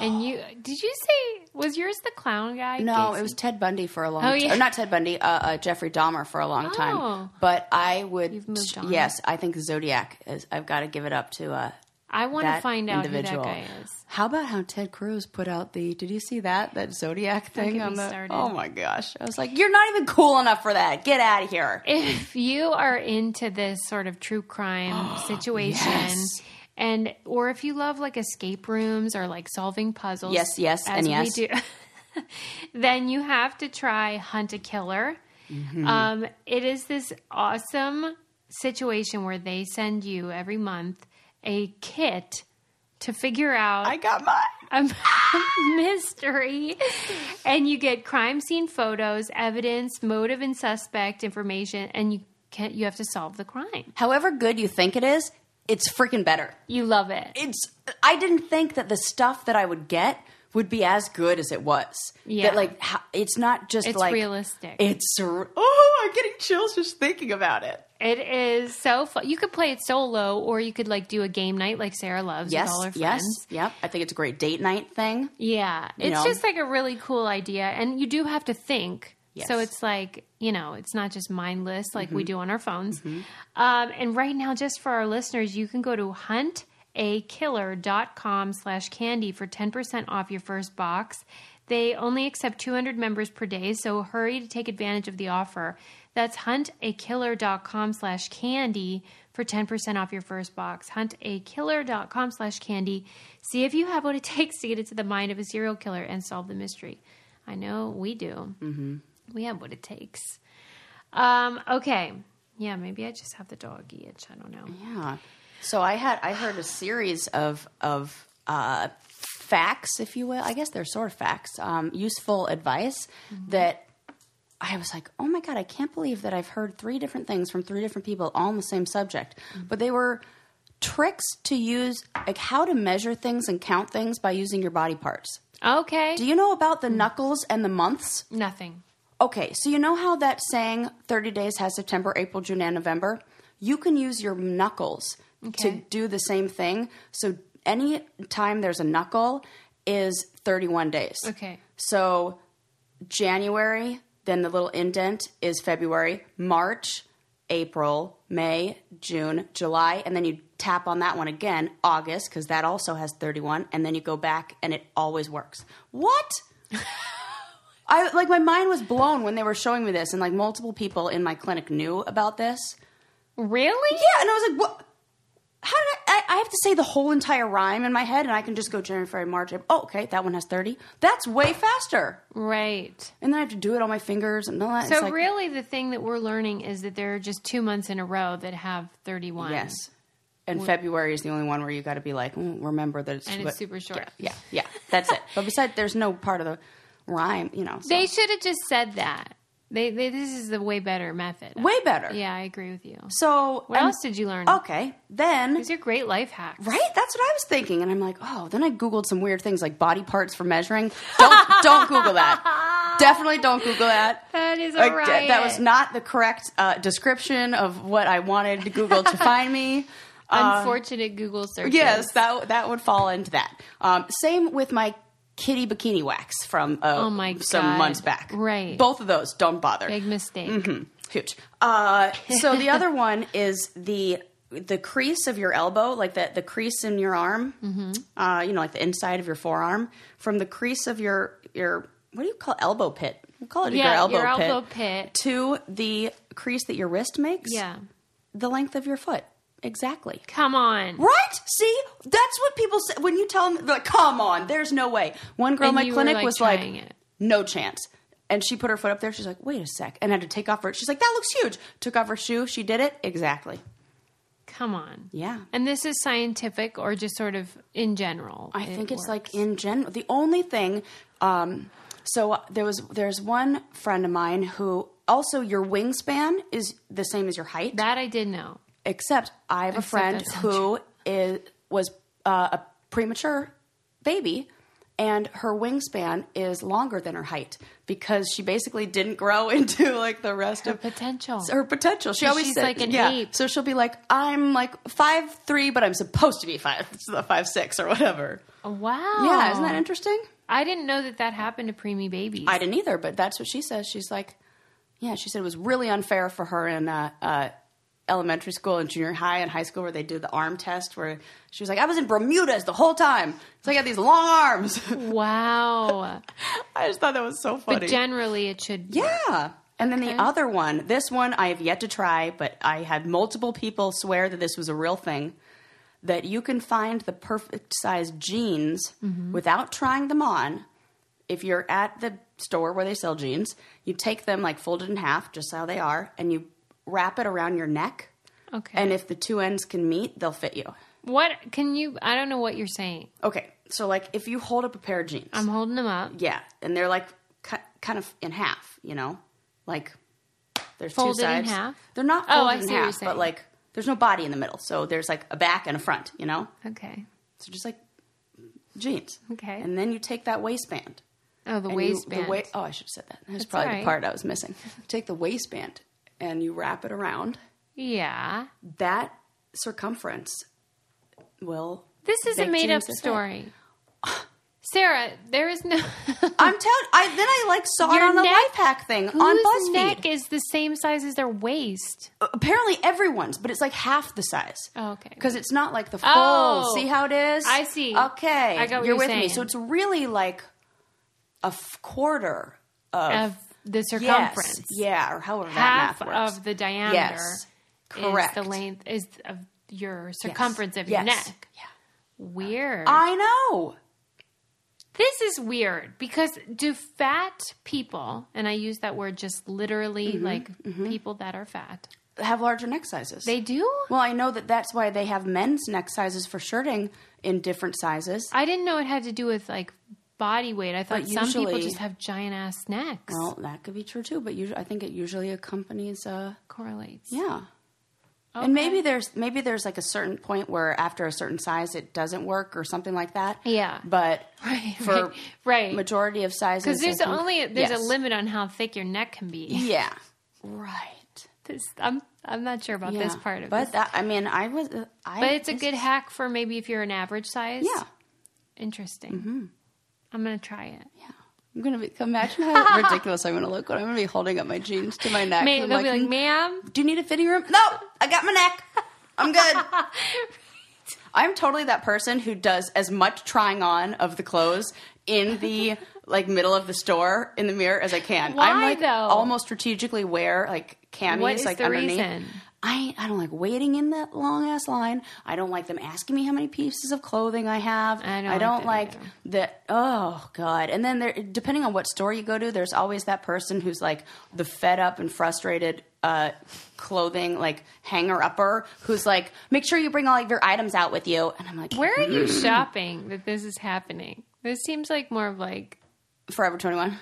Speaker 2: And you did you say was yours the clown guy?
Speaker 1: No,
Speaker 2: Casey?
Speaker 1: it was Ted Bundy for a long
Speaker 2: Oh,
Speaker 1: time.
Speaker 2: yeah.
Speaker 1: Not Ted Bundy, uh, uh, Jeffrey Dahmer for a long
Speaker 2: Oh.
Speaker 1: time. But I would.
Speaker 2: You've moved on.
Speaker 1: Yes, I think Zodiac is. I've got to give it up to. Uh,
Speaker 2: I want to
Speaker 1: that
Speaker 2: find out
Speaker 1: individual.
Speaker 2: who that guy is.
Speaker 1: How about how Ted Cruz put out the? Did you see that that Zodiac thing
Speaker 2: get
Speaker 1: on
Speaker 2: me
Speaker 1: the?
Speaker 2: started.
Speaker 1: Oh my gosh! I was like, you're not even cool enough for that. Get out of here.
Speaker 2: if you are into this sort of
Speaker 1: <gasps>
Speaker 2: true crime situation
Speaker 1: Yes.
Speaker 2: and or if you love like escape rooms or like solving puzzles
Speaker 1: Yes, yes, and yes.
Speaker 2: do <laughs> then you have to try hunt a killer
Speaker 1: Mm-hmm.
Speaker 2: um, it is this awesome situation where they send you every month a kit to figure out
Speaker 1: I got mine.
Speaker 2: a <laughs> mystery. And you get crime scene photos, evidence, motive and suspect information, and you can you have to solve the crime.
Speaker 1: However good you think it is, it's freaking better.
Speaker 2: You love it.
Speaker 1: It's. I didn't think that the stuff that I would get would be as good as it was.
Speaker 2: Yeah.
Speaker 1: That like how, it's not just
Speaker 2: It's
Speaker 1: like
Speaker 2: realistic.
Speaker 1: It's sur- oh, I'm getting chills just thinking about it.
Speaker 2: It is so fun. You could play it solo, or you could like do a game night like Sarah loves
Speaker 1: Yes,
Speaker 2: with all her
Speaker 1: yes,
Speaker 2: friends.
Speaker 1: yep. I think it's a great date night thing.
Speaker 2: Yeah, it's
Speaker 1: know?
Speaker 2: just like a really cool idea, and you do have to think.
Speaker 1: Yes.
Speaker 2: So it's like you know, it's not just mindless like we do on our phones. Um, and right now, just for our listeners, you can go to huntakiller.com slash candy for ten percent off your first box. They only accept 200 members per day, so hurry to take advantage of the offer. That's huntakiller.com slash candy for 10% off your first box. Huntakiller.com slash candy. See if you have what it <laughs> takes to get into the mind of a serial killer and solve the mystery. I know we do. Mm-hmm. We have what it takes. Um, okay. Yeah, maybe I just have the doggy itch. I don't know.
Speaker 1: Yeah. So I had I heard a series of of uh, facts, if you will. I guess they're sort of facts, um, useful advice that I was like, oh my god, I can't believe that I've heard three different things from three different people all on the same subject, but they were tricks to use like how to measure things and count things by using your body parts.
Speaker 2: Okay.
Speaker 1: Do you know about the knuckles and the months?
Speaker 2: Nothing.
Speaker 1: Okay, so you know how that saying 30 days has September, April, June, and November? You can use your knuckles to
Speaker 2: Okay.
Speaker 1: do the same thing. So any time there's a knuckle is 31 days.
Speaker 2: Okay.
Speaker 1: So January, then the little indent is February, March, April, May, June, July, and then you tap on that one again, August, because that also has 31, and then you go back and it always works. What? I like my mind was blown when they were showing me this, and like multiple people in my clinic knew about this.
Speaker 2: Really?
Speaker 1: Yeah, and I was like, what? How did I, I? I have to say the whole entire rhyme in my head, and I can just go January, February, March. April. Oh, okay, that one has thirty. That's way faster.
Speaker 2: Right.
Speaker 1: And then I have to do it on my fingers and all that.
Speaker 2: So
Speaker 1: It's like-
Speaker 2: really, the thing that we're learning is that there are just two months in a row that have thirty-one.
Speaker 1: yes. And February is the only one where you got to be like, mm, remember that it's
Speaker 2: and
Speaker 1: what-
Speaker 2: it's super short.
Speaker 1: Yeah, yeah, that's it. But besides, there's no part of the rhyme, you know. so-
Speaker 2: They should have just said that. They, they this is the way better method.
Speaker 1: way better.
Speaker 2: Yeah, I agree with you.
Speaker 1: So
Speaker 2: What
Speaker 1: and-
Speaker 2: else did you learn?
Speaker 1: Okay, then
Speaker 2: These are great life hacks.
Speaker 1: Right? That's what I was thinking. And I'm like, oh, then I Googled some weird things like body parts for measuring. Don't <laughs> don't Google that. Definitely don't Google that.
Speaker 2: That is a
Speaker 1: Like,
Speaker 2: riot.
Speaker 1: that was not the correct uh, description of what I wanted Google to find me.
Speaker 2: unfortunate Google search.
Speaker 1: uh, Yes, that that would fall into that. Um, same with my kitty bikini wax from uh,
Speaker 2: Oh my
Speaker 1: some
Speaker 2: God.
Speaker 1: months back.
Speaker 2: Right.
Speaker 1: Both of those don't bother.
Speaker 2: Big mistake.
Speaker 1: Mm-hmm. Huge. Uh, so
Speaker 2: <laughs>
Speaker 1: the other one is the the crease of your elbow, like the, the crease in your arm,
Speaker 2: Mm-hmm.
Speaker 1: uh, you know, like the inside of your forearm, from the crease of your your what do you call elbow pit? We call it your
Speaker 2: Yeah,
Speaker 1: elbow,
Speaker 2: your
Speaker 1: pit,
Speaker 2: elbow pit.
Speaker 1: to the crease that your wrist makes.
Speaker 2: Yeah.
Speaker 1: the length of your foot, exactly.
Speaker 2: Come on.
Speaker 1: Right? See, that's what people say when you tell them. They're like, come on, there's no way. One girl in
Speaker 2: And
Speaker 1: my
Speaker 2: you were,
Speaker 1: clinic
Speaker 2: like,
Speaker 1: was
Speaker 2: trying
Speaker 1: like,
Speaker 2: it.
Speaker 1: no chance. And she put her foot up there. She's like, wait a sec, and had to take off her. She's like, that looks huge. Took off her shoe. She did it exactly.
Speaker 2: Come on.
Speaker 1: Yeah.
Speaker 2: And this is scientific or just sort of in general.
Speaker 1: I think it's
Speaker 2: works.
Speaker 1: like in general. The only thing, um, so there was there's one friend of mine who also your wingspan is the same as your height.
Speaker 2: that I did know.
Speaker 1: except I have a
Speaker 2: Except
Speaker 1: friend
Speaker 2: that's not
Speaker 1: who is was uh, a premature baby, and her wingspan is longer than her height because she basically didn't grow <laughs> into like the rest of
Speaker 2: potential.
Speaker 1: Her potential. She
Speaker 2: So
Speaker 1: always
Speaker 2: she's
Speaker 1: said-
Speaker 2: like an
Speaker 1: yeah.
Speaker 2: ape.
Speaker 1: So she'll be like, I'm like five three, but I'm supposed to be five <laughs> five six or whatever.
Speaker 2: Oh, Wow.
Speaker 1: Yeah, isn't that interesting?
Speaker 2: I didn't know that that happened to preemie babies.
Speaker 1: I didn't either, but that's what she says. She's like, yeah, she said it was really unfair for her in uh, uh, elementary school and junior high and high school where they do the arm test where she was like, I was in Bermuda's the whole time. So I got these long arms. <laughs>
Speaker 2: wow.
Speaker 1: I just thought that was so funny.
Speaker 2: but generally, it should.
Speaker 1: yeah. And then the other one, this one I have yet to try, but I had multiple people swear that this was a real thing. That you can find the perfect size jeans without trying them on. If you're at the store where they sell jeans, you take them like folded in half, just how they are, and you wrap it around your neck.
Speaker 2: Okay.
Speaker 1: And if the two ends can meet, they'll fit you.
Speaker 2: What can you? I don't know what you're saying.
Speaker 1: Okay, so like if you hold up a pair of jeans,
Speaker 2: I'm holding them up.
Speaker 1: Yeah, and they're like ki- kind of in half, you know, like there's
Speaker 2: Folded
Speaker 1: two
Speaker 2: in
Speaker 1: sides.
Speaker 2: half?
Speaker 1: They're not
Speaker 2: Oh,
Speaker 1: folded
Speaker 2: I
Speaker 1: in
Speaker 2: see what you're
Speaker 1: half, but
Speaker 2: saying.
Speaker 1: like there's no body in the middle, so there's like a back and a front, you know.
Speaker 2: Okay.
Speaker 1: So just like jeans.
Speaker 2: Okay.
Speaker 1: And then you take that waistband.
Speaker 2: Oh, the
Speaker 1: and you-
Speaker 2: waistband.
Speaker 1: the wa- oh, I should have said that. That's,
Speaker 2: That's
Speaker 1: probably
Speaker 2: all right.
Speaker 1: the part I was missing. Take the waistband and you wrap it around.
Speaker 2: yeah.
Speaker 1: That circumference will.
Speaker 2: This is a
Speaker 1: Baked
Speaker 2: made up
Speaker 1: jeans effect.
Speaker 2: story.
Speaker 1: <sighs>
Speaker 2: Sarah, there is no.
Speaker 1: I'm telling. I then I like saw it
Speaker 2: Your
Speaker 1: on a
Speaker 2: neck-
Speaker 1: life hack thing on
Speaker 2: <laughs> Whose
Speaker 1: BuzzFeed.
Speaker 2: neck is the same size as their waist?
Speaker 1: Apparently everyone's, but it's like half the size.
Speaker 2: Oh, okay.
Speaker 1: Because it's not like the full.
Speaker 2: Oh.
Speaker 1: see how it is?
Speaker 2: I see.
Speaker 1: Okay.
Speaker 2: I got
Speaker 1: you're
Speaker 2: what you're
Speaker 1: with me.
Speaker 2: saying.
Speaker 1: So it's really like a f- quarter of,
Speaker 2: Of the
Speaker 1: yes,
Speaker 2: circumference.
Speaker 1: yeah, or however
Speaker 2: Half
Speaker 1: that math works.
Speaker 2: of the diameter
Speaker 1: Yes.
Speaker 2: is
Speaker 1: Correct.
Speaker 2: the length is of your
Speaker 1: Yes.
Speaker 2: circumference of your
Speaker 1: Yes. Ah.
Speaker 2: neck.
Speaker 1: Yeah.
Speaker 2: Weird.
Speaker 1: I know.
Speaker 2: This is weird because do fat people, and I use that word just literally
Speaker 1: Mm-hmm.
Speaker 2: like people that are fat,
Speaker 1: Have larger neck sizes.
Speaker 2: they do?
Speaker 1: well, I know that that's why they have men's neck sizes for shirting in different sizes.
Speaker 2: I didn't know it had to do with like body weight. I thought
Speaker 1: But
Speaker 2: some people
Speaker 1: usually-
Speaker 2: just have giant ass necks.
Speaker 1: Well, that could be true too, but usually, I think it usually accompanies. Uh,
Speaker 2: Correlates.
Speaker 1: yeah.
Speaker 2: Okay.
Speaker 1: And maybe there's maybe there's like a certain point where after a certain size it doesn't work or something like that.
Speaker 2: Yeah.
Speaker 1: But
Speaker 2: <laughs> Right.
Speaker 1: for
Speaker 2: right. Because
Speaker 1: majority of sizes,
Speaker 2: there's
Speaker 1: I think-
Speaker 2: only there's
Speaker 1: Yes.
Speaker 2: a limit on how thick your neck can be.
Speaker 1: <laughs> Yeah. Right.
Speaker 2: This, I'm I'm not sure about this
Speaker 1: Yeah.
Speaker 2: part of
Speaker 1: but
Speaker 2: this.
Speaker 1: that I mean I was uh, I
Speaker 2: But it's a
Speaker 1: this-
Speaker 2: good hack for maybe if you're an average size.
Speaker 1: yeah Mm-hmm.
Speaker 2: Interesting. I'm gonna try it.
Speaker 1: yeah I'm gonna be imagine
Speaker 2: <laughs>
Speaker 1: how ridiculous I'm gonna look when I'm gonna be holding up my jeans to my neck
Speaker 2: May,
Speaker 1: and
Speaker 2: they'll
Speaker 1: I'm
Speaker 2: be like,
Speaker 1: like,
Speaker 2: ma'am,
Speaker 1: do you need a fitting room no I got my neck I'm
Speaker 2: <laughs>
Speaker 1: good I'm totally that person who does as much trying on of the clothes in the like middle of the store in the mirror as I can I'm
Speaker 2: Why,
Speaker 1: like
Speaker 2: though?
Speaker 1: almost strategically wear like camis
Speaker 2: what is
Speaker 1: like
Speaker 2: the
Speaker 1: underneath
Speaker 2: reason?
Speaker 1: I I don't like waiting in that long ass line. I don't like them asking me how many pieces of clothing I have.
Speaker 2: I don't like that
Speaker 1: like
Speaker 2: either.
Speaker 1: the oh god. And then there, depending on what store you go to, there's always that person who's like the fed up and frustrated uh, clothing like hanger upper who's like, make sure you bring all of your items out with you. And I'm like,
Speaker 2: Where are you shopping that this is happening? This seems like more of like,
Speaker 1: Forever 21.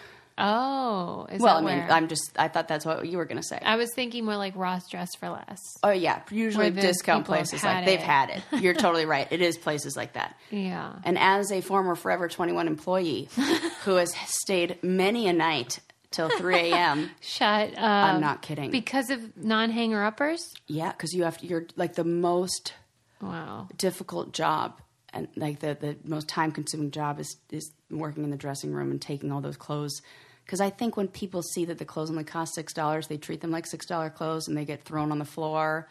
Speaker 2: oh, is
Speaker 1: Well, I
Speaker 2: that
Speaker 1: mean,
Speaker 2: where? Oh.
Speaker 1: I'm just I thought that's what you were gonna say.
Speaker 2: I was thinking more like Ross Dress for Less.
Speaker 1: Oh yeah, usually
Speaker 2: Where the
Speaker 1: discount
Speaker 2: people have
Speaker 1: places
Speaker 2: had
Speaker 1: like they've
Speaker 2: it.
Speaker 1: had it.
Speaker 2: <laughs>
Speaker 1: You're totally right. It is places like that.
Speaker 2: Yeah.
Speaker 1: And as a former Forever 21
Speaker 2: <laughs>
Speaker 1: employee who has stayed many a night till 3 a.m.,
Speaker 2: Shut up.
Speaker 1: I'm not kidding.
Speaker 2: Because of non hanger uppers?
Speaker 1: yeah, because you have to, you're like the most
Speaker 2: Wow.
Speaker 1: difficult job and like the, the most time consuming job is, is working in the dressing room and taking all those clothes. Because I think when people see that the clothes only cost $6, they treat them like $6 clothes and they get thrown on the floor.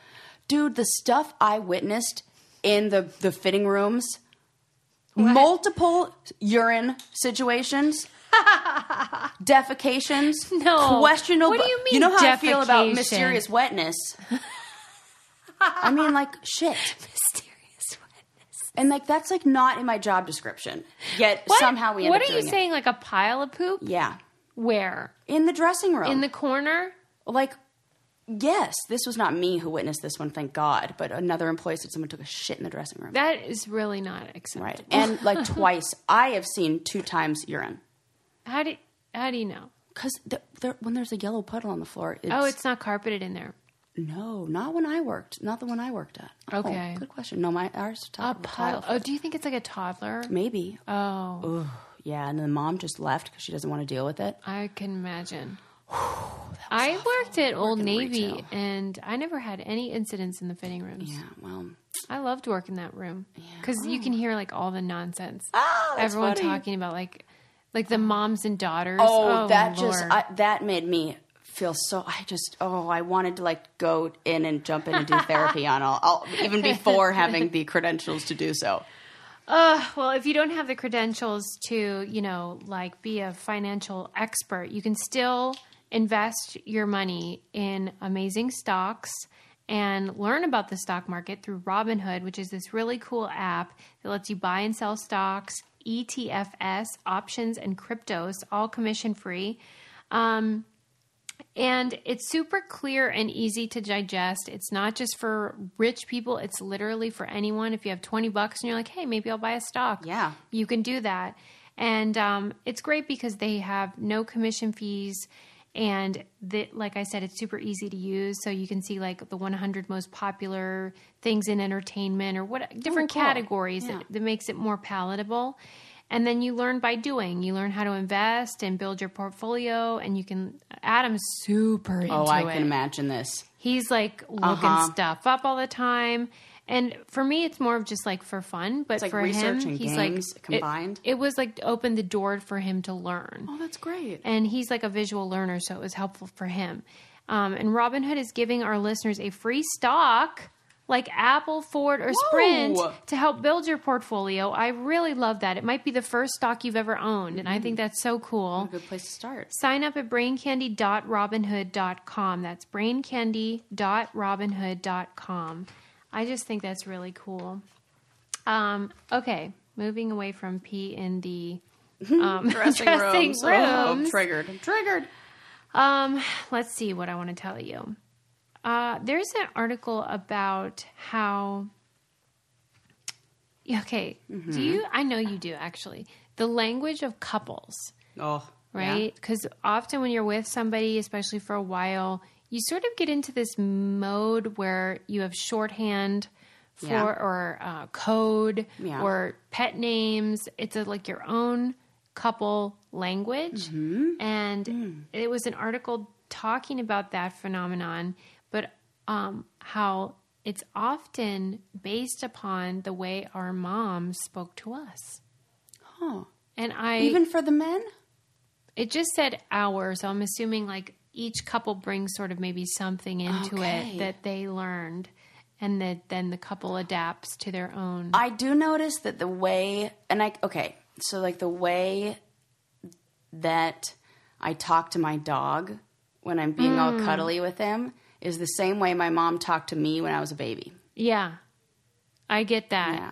Speaker 1: Dude, the stuff I witnessed in the, the fitting rooms, multiple urine
Speaker 2: <laughs>
Speaker 1: situations. defecations,
Speaker 2: No.
Speaker 1: questionable.
Speaker 2: What do you mean
Speaker 1: You know how I feel about
Speaker 2: defecation?
Speaker 1: mysterious
Speaker 2: <laughs>
Speaker 1: wetness. I mean, like shit.
Speaker 2: Mysterious
Speaker 1: And like that's like not in my job description. Yet
Speaker 2: What?
Speaker 1: somehow we end
Speaker 2: What
Speaker 1: up
Speaker 2: are you
Speaker 1: doing it.
Speaker 2: saying? Like a pile of poop?
Speaker 1: Yeah,
Speaker 2: Where?
Speaker 1: in the dressing room.
Speaker 2: In the corner?
Speaker 1: like, yes, this was not me who witnessed this one, thank God. But another employee said someone took a shit in the dressing room.
Speaker 2: That is really not acceptable. <laughs>
Speaker 1: right, and like twice, I have seen two times urine
Speaker 2: How do how do you know?
Speaker 1: because there, when there's a yellow puddle on the floor, it's,
Speaker 2: Oh, it's not carpeted in there.
Speaker 1: no, not when I worked, not the one I worked at. Oh,
Speaker 2: Okay.
Speaker 1: good question. No, my ours
Speaker 2: A
Speaker 1: top
Speaker 2: pile. Oh, do you think it's like a toddler?
Speaker 1: maybe.
Speaker 2: Oh,
Speaker 1: Ugh, yeah, and then the mom just left because she doesn't want to deal with it.
Speaker 2: I can <sighs> imagine. I worked at Old
Speaker 1: in
Speaker 2: Navy
Speaker 1: retail.
Speaker 2: and I never had any incidents in the fitting rooms.
Speaker 1: Yeah, well,
Speaker 2: I loved working that room because you can hear like all the nonsense.
Speaker 1: Ah, that's
Speaker 2: Everyone
Speaker 1: funny.
Speaker 2: talking about like like the moms and daughters.
Speaker 1: Oh, that just
Speaker 2: Lord.
Speaker 1: I, that made me feel so. I just oh, I wanted to like go in and jump in and do therapy on all, all even before having the credentials to do so.
Speaker 2: Ugh, well, if you don't have the credentials to, you know, like be a financial expert, you can still invest your money in amazing stocks and learn about the stock market through Robinhood, which is this really cool app that lets you buy and sell stocks, E ETFs, options, and cryptos, all commission free. Um, and it's super clear and easy to digest. It's not just for rich people, it's literally for anyone. If you have 20 bucks and you're like, hey, maybe I'll buy a stock.
Speaker 1: Yeah.
Speaker 2: You can do that. And um, it's great because they have no commission fees And the, like I said, it's super easy to use. So you can see like the 100 most popular things in entertainment or what different
Speaker 1: cool.
Speaker 2: categories
Speaker 1: Yeah.
Speaker 2: that, that makes it more palatable. And then you learn by doing. You learn how to invest and build your portfolio. And you can, Adam's super into
Speaker 1: Oh, I
Speaker 2: it.
Speaker 1: can imagine this.
Speaker 2: He's like looking
Speaker 1: Uh-huh.
Speaker 2: stuff up all the time. And for me, it's more of just like for fun. But
Speaker 1: like
Speaker 2: for him,
Speaker 1: research and
Speaker 2: he's
Speaker 1: games
Speaker 2: like it-
Speaker 1: combined.
Speaker 2: It, was like opened the door for him to learn.
Speaker 1: Oh, that's great.
Speaker 2: And he's like a visual learner, so it was helpful for him. Um, and Robinhood is giving our listeners a free stock like Apple, Ford, or Sprint
Speaker 1: Whoa.
Speaker 2: to help build your portfolio. I really love that. It might be the first stock you've ever owned, and I think that's so cool.
Speaker 1: a good place to start.
Speaker 2: Sign up at braincandy.robinhood.com. That's braincandy.robinhood.com. I just think that's really cool. Um, okay, moving away from pee in the um, <laughs> dressing, rooms.
Speaker 1: Oh, triggered. I'm triggered.
Speaker 2: Um, let's see what I want to tell you. Uh, there's an article about how. Okay, do you? I know you do actually. The language of couples
Speaker 1: Oh,
Speaker 2: right? Because often when you're with somebody, especially for a while, you sort of get into this mode where you have shorthand for
Speaker 1: Yeah.
Speaker 2: or uh, code
Speaker 1: Yeah.
Speaker 2: or pet names. It's a, like your own couple language,
Speaker 1: Mm-hmm.
Speaker 2: and
Speaker 1: Hmm.
Speaker 2: it was an article talking about that phenomenon, but um, how. It's often based upon the way our mom spoke to us.
Speaker 1: Yeah. Huh.
Speaker 2: And I
Speaker 1: Even for the men?
Speaker 2: it just said hour, so I'm assuming like each couple brings sort of maybe something into
Speaker 1: Okay.
Speaker 2: it that they learned, and that then the couple adapts to their own.
Speaker 1: I do notice that the way, and I, okay, so like the way that I talk to my dog when I'm being all cuddly with him is the same way my mom talked to me when I was a baby.
Speaker 2: yeah, I get that.
Speaker 1: Yeah.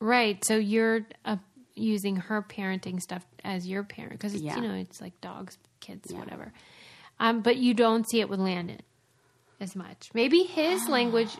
Speaker 2: Right. So you're uh, using her parenting stuff as your parent because it's
Speaker 1: Yeah.
Speaker 2: you know it's like dogs, kids, whatever. Um, but you don't see it with Landon as much. Maybe his
Speaker 1: Ah.
Speaker 2: language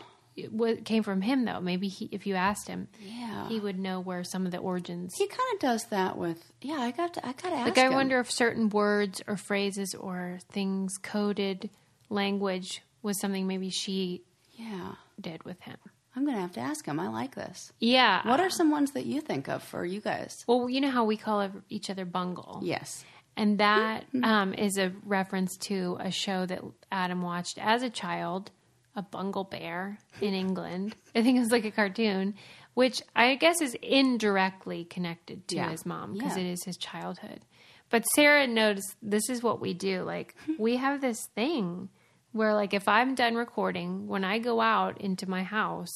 Speaker 2: wa came from him though. Maybe he, if you asked him,
Speaker 1: Yeah.
Speaker 2: he would know where some of the origins.
Speaker 1: He kind of does that with, yeah, I got to, I got to ask
Speaker 2: Like, I
Speaker 1: him.
Speaker 2: wonder if certain words or phrases or things coded language was something maybe she
Speaker 1: Yeah.
Speaker 2: did with him.
Speaker 1: I'm going to have to ask him. I like this.
Speaker 2: Yeah.
Speaker 1: What are some ones that you think of for you guys?
Speaker 2: well, you know how we call ev- each other bungle?
Speaker 1: Yes.
Speaker 2: And that
Speaker 1: Mm-hmm.
Speaker 2: um, is a reference to a show that Adam watched as a child, a bungle bear in England. I think it was like a cartoon, which I guess is indirectly connected to
Speaker 1: Yeah.
Speaker 2: his mom because
Speaker 1: Yeah.
Speaker 2: it is his childhood. But Sarah noticed this is what we do. Like,
Speaker 1: Hmm.
Speaker 2: we have this thing where, like, if I'm done recording, when I go out into my house,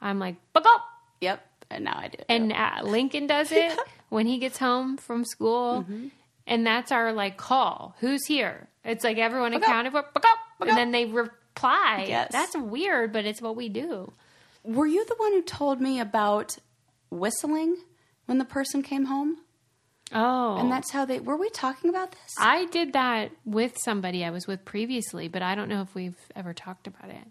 Speaker 2: I'm like, bungle!
Speaker 1: Yep. And now I do.
Speaker 2: and uh, Lincoln does
Speaker 1: <laughs>
Speaker 2: it when he gets home from school,
Speaker 1: Mm-hmm.
Speaker 2: and that's our like call. Who's here? It's like everyone accounted for, "Buck up," and then they reply.
Speaker 1: Yes.
Speaker 2: That's weird, but it's what we do.
Speaker 1: Were you the one who told me about whistling when the person came home?
Speaker 2: Oh, Uh,
Speaker 1: And that's how they were we talking about this?
Speaker 2: I did that with somebody I was with previously, but I don't know if we've ever talked about it.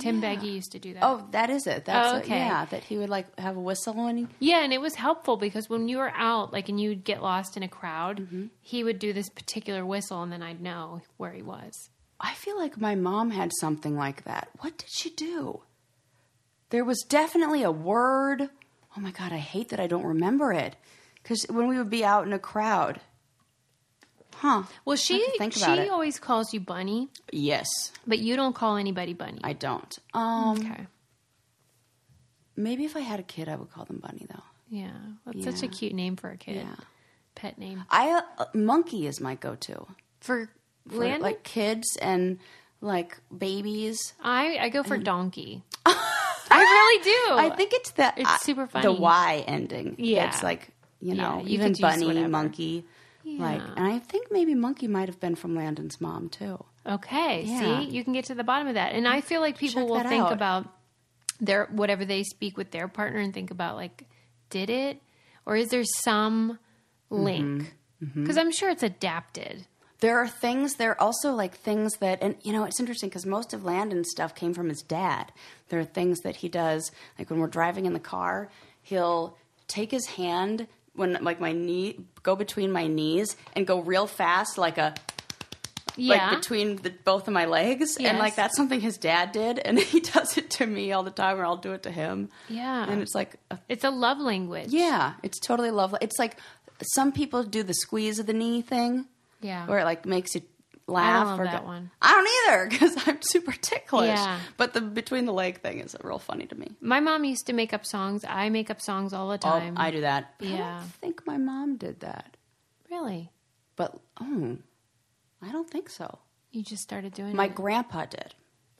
Speaker 2: Tim Beggy used to do that.
Speaker 1: Oh, that is it. That's
Speaker 2: Oh,
Speaker 1: it.
Speaker 2: okay.
Speaker 1: yeah, that he would like have a whistle when he
Speaker 2: Yeah, and it was helpful because when you were out, like, and you'd get lost in a crowd,
Speaker 1: Mm-hmm.
Speaker 2: he would do this particular whistle, and then I'd know where he was.
Speaker 1: I feel like my mom had something like that. What did she do? There was definitely a word. Oh my god, I hate that I don't remember it. Cuz when we would be out in a crowd. Huh.
Speaker 2: Well, she
Speaker 1: to think
Speaker 2: she
Speaker 1: about it.
Speaker 2: always calls you Bunny.
Speaker 1: Yes,
Speaker 2: But you don't call anybody bunny.
Speaker 1: I don't. Um
Speaker 2: okay.
Speaker 1: maybe if I had a kid I would call them bunny though.
Speaker 2: Yeah. That's such a
Speaker 1: Yeah.
Speaker 2: cute name for a kid.
Speaker 1: Yeah.
Speaker 2: Pet name.
Speaker 1: I uh, monkey is my go-to.
Speaker 2: For,
Speaker 1: for,
Speaker 2: Landon,
Speaker 1: like kids and like babies.
Speaker 2: I, I go for donkey. I really do.
Speaker 1: <laughs> I think it's the
Speaker 2: It's
Speaker 1: I-
Speaker 2: super
Speaker 1: the
Speaker 2: funny.
Speaker 1: Y ending.
Speaker 2: Yeah.
Speaker 1: it's like you
Speaker 2: Yeah,
Speaker 1: know
Speaker 2: you
Speaker 1: even
Speaker 2: could use
Speaker 1: bunny
Speaker 2: whatever.
Speaker 1: monkey. Like,
Speaker 2: Yeah.
Speaker 1: and I think maybe monkey might have been from Landon's mom too.
Speaker 2: Okay.
Speaker 1: Yeah.
Speaker 2: See, you can get to the bottom of that. And I feel like people
Speaker 1: Check
Speaker 2: will
Speaker 1: that
Speaker 2: think
Speaker 1: out.
Speaker 2: about their whatever they speak with their partner and think about like, did it? Or is there some
Speaker 1: Mm-hmm.
Speaker 2: link? Because I'm sure it's adapted.
Speaker 1: There are things. There are also like things that, and you know, it's interesting because most of Landon's stuff came from his dad. There are things that he does, like when we're driving in the car, he'll take his hand when like my knee go between my knees and go real fast, like a
Speaker 2: Yeah.
Speaker 1: like between the, both of my legs, and
Speaker 2: Yes.
Speaker 1: like that's something his dad did, and <laughs> he does it to me all the time, or I'll do it to him.
Speaker 2: Yeah.
Speaker 1: and it's like, uh,
Speaker 2: It's a love language.
Speaker 1: yeah, it's totally lovely. It's like some people do the squeeze of the knee thing,
Speaker 2: Yeah.
Speaker 1: where it like makes you laugh.
Speaker 2: love
Speaker 1: or
Speaker 2: that
Speaker 1: go-
Speaker 2: one.
Speaker 1: I don't either <laughs> because I'm super ticklish.
Speaker 2: Yeah.
Speaker 1: But the between the leg thing is real funny to me.
Speaker 2: My mom used to make up songs. I make up songs all the
Speaker 1: Oh,
Speaker 2: time.
Speaker 1: I do that. But I
Speaker 2: Yeah.
Speaker 1: don't think my mom did that,
Speaker 2: really?
Speaker 1: but oh, I don't think so.
Speaker 2: You just started doing
Speaker 1: My
Speaker 2: it.
Speaker 1: grandpa did.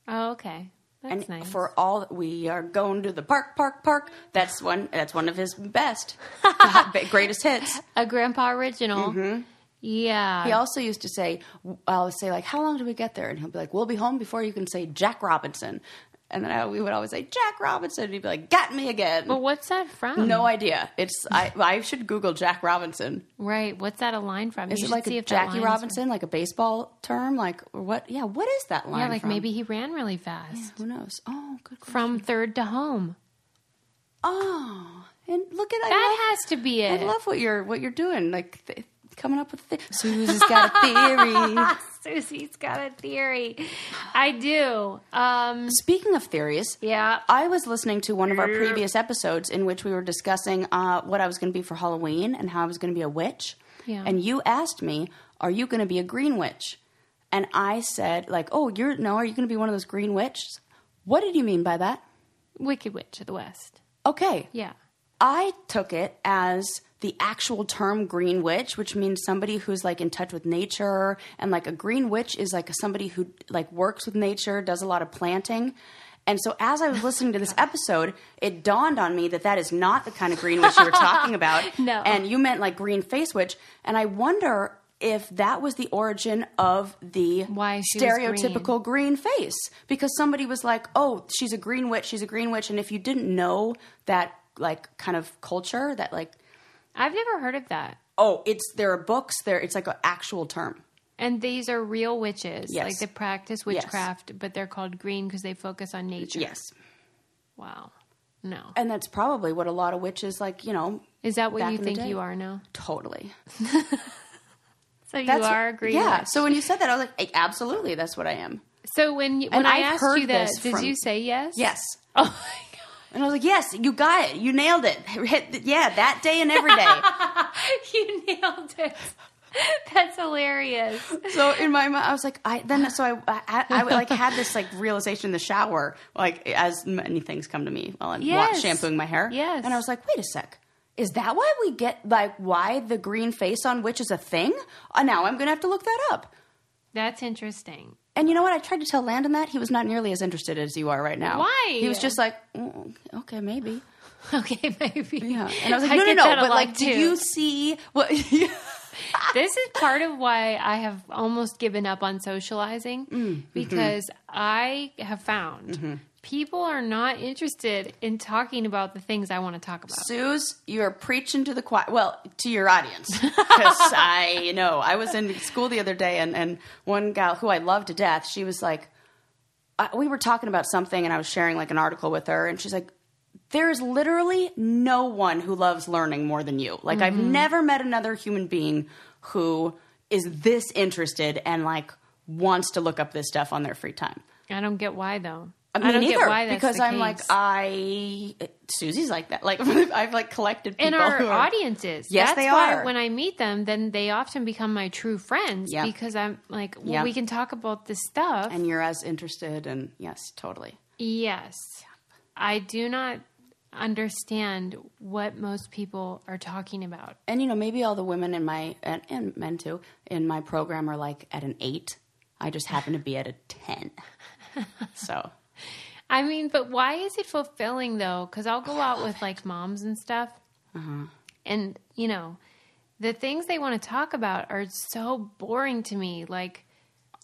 Speaker 2: Oh, okay. That's
Speaker 1: and
Speaker 2: nice.
Speaker 1: for all we are going to the park, park, park. That's one. That's one of his
Speaker 2: <laughs>
Speaker 1: best, top- greatest hits.
Speaker 2: a grandpa original. Yeah.
Speaker 1: Mm-hmm. He also used to say, "I'll say like, how long do we get there?" And he'll be like, "We'll be home before you can say Jack Robinson." And then I, we would always say Jack Robinson, and he'd be like, "Got me again."
Speaker 2: but what's that from?
Speaker 1: no idea. It's I. I should Google Jack Robinson.
Speaker 2: Right. What's that a line from? You
Speaker 1: Is it
Speaker 2: should
Speaker 1: like
Speaker 2: see
Speaker 1: a
Speaker 2: if that
Speaker 1: Jackie
Speaker 2: line is
Speaker 1: Robinson, like a baseball term, like or what? Yeah, what is that
Speaker 2: from-
Speaker 1: line?
Speaker 2: Yeah, like
Speaker 1: from?
Speaker 2: maybe he ran really fast.
Speaker 1: who knows? Oh, good. Question.
Speaker 2: From third to home.
Speaker 1: Oh, and look at I love-
Speaker 2: That has to be
Speaker 1: I
Speaker 2: it. <laughs>
Speaker 1: love what you're what you're doing, like th- coming up with th- Susie's got a theory.
Speaker 2: Ah, Susie's got a theory. I do. Um,
Speaker 1: Speaking of theories,
Speaker 2: yeah.
Speaker 1: I was listening to one of our previous episodes in which we were discussing uh, what I was going to be for Halloween and how I was going to be a witch.
Speaker 2: Yeah.
Speaker 1: And you asked me, "Are you going to be a green witch?" And I said, "Like, oh, you're no. Are you going to be one of those green witches?" What did you mean by that?
Speaker 2: Wicked Witch of the West.
Speaker 1: Okay,
Speaker 2: Yeah.
Speaker 1: I took it as the actual term green witch, which means somebody who's like in touch with nature. And like a green witch is like somebody who like works with nature, does a lot of planting. And so as I was listening to this episode, it dawned on me that that is not the kind of green witch you were talking about.
Speaker 2: No.
Speaker 1: And you meant like green face witch. And I wonder if that was the origin of the
Speaker 2: Why she was
Speaker 1: stereotypical typical green face because somebody was like, "Oh, she's a green witch. She's a green witch." And if you didn't know that, like, kind of culture, that like,
Speaker 2: I've never heard of that.
Speaker 1: oh, it's there are books there. It's like an actual term.
Speaker 2: And these are real witches.
Speaker 1: Yes.
Speaker 2: Like they practice witchcraft, but they're called green because they focus on nature.
Speaker 1: Yes,
Speaker 2: Wow. No.
Speaker 1: and that's probably what a lot of witches like. You know,
Speaker 2: Is that what
Speaker 1: Back
Speaker 2: you
Speaker 1: in the
Speaker 2: think
Speaker 1: day.
Speaker 2: you are now?
Speaker 1: totally.
Speaker 2: So you
Speaker 1: That's
Speaker 2: are a green
Speaker 1: Yeah.
Speaker 2: witch.
Speaker 1: So when you said that, I was like, "A- absolutely, that's what I am.
Speaker 2: So when you- when
Speaker 1: And
Speaker 2: I
Speaker 1: I've
Speaker 2: asked
Speaker 1: heard
Speaker 2: you that,
Speaker 1: this
Speaker 2: did
Speaker 1: from-
Speaker 2: you say yes?
Speaker 1: Yes.
Speaker 2: <laughs> Oh my
Speaker 1: And I was like, yes, you got it. You nailed it. <laughs> Hit the- yeah, that day and every day.
Speaker 2: god, <laughs> you nailed it. <laughs> That's hilarious.
Speaker 1: so in my mind, I was like, I then so I, I I like had this like realization in the shower, like as many things come to me while I'm wa-
Speaker 2: Yes.
Speaker 1: shampooing my hair.
Speaker 2: Yes.
Speaker 1: and I was like, wait a sec. Is that why we get like why the green face on witch is a thing? Uh, now I'm gonna have to look that up.
Speaker 2: That's interesting. <laughs>
Speaker 1: And you know what? I tried to tell Landon that he was not nearly as interested as you are right now.
Speaker 2: Why?
Speaker 1: He was just like, "Mm, okay, maybe.
Speaker 2: Okay, maybe.
Speaker 1: Yeah. And I was like, no,
Speaker 2: get
Speaker 1: no,
Speaker 2: that
Speaker 1: no.
Speaker 2: a
Speaker 1: But
Speaker 2: lot,
Speaker 1: like, did
Speaker 2: too. <laughs>
Speaker 1: you see what? <laughs>
Speaker 2: this is part of why I have almost given up on socializing
Speaker 1: Mm, mm-hmm.
Speaker 2: because I have found people are not interested in talking about the things I want to talk about.
Speaker 1: Suze, you're preaching to the choir. Well, to your audience. Because I know. I was in school the other day, and, and one gal who I love to death, she was like, I, we were talking about something, and I was sharing like an article with her, and she's like, there is literally no one who loves learning more than you. Like, I've never met another human being who is this interested and like wants to look up this stuff on their free time.
Speaker 2: I don't get why though.
Speaker 1: I mean,
Speaker 2: I don't
Speaker 1: either,
Speaker 2: get why that's
Speaker 1: Uh, because
Speaker 2: the
Speaker 1: I'm like
Speaker 2: case.
Speaker 1: I Susie's like that. Like <laughs> I've like collected people <laughs>
Speaker 2: and our
Speaker 1: who are,
Speaker 2: audiences.
Speaker 1: Yes,
Speaker 2: that's
Speaker 1: they
Speaker 2: why
Speaker 1: are.
Speaker 2: When I meet them, then they often become my true friends
Speaker 1: Yeah.
Speaker 2: because I'm like, well,
Speaker 1: Yeah.
Speaker 2: we can talk about this stuff.
Speaker 1: and you're as interested and yes totally
Speaker 2: yes, I do not understand what most people are talking about.
Speaker 1: and you know maybe all the women in my and, and men too in my program are like at an eight i just happen to be at a
Speaker 2: <laughs>
Speaker 1: ten so
Speaker 2: I mean, but why is it fulfilling though? Because I'll go out with like moms and stuff,
Speaker 1: Uh-huh.
Speaker 2: and you know, the things they want to talk about are so boring to me. Like,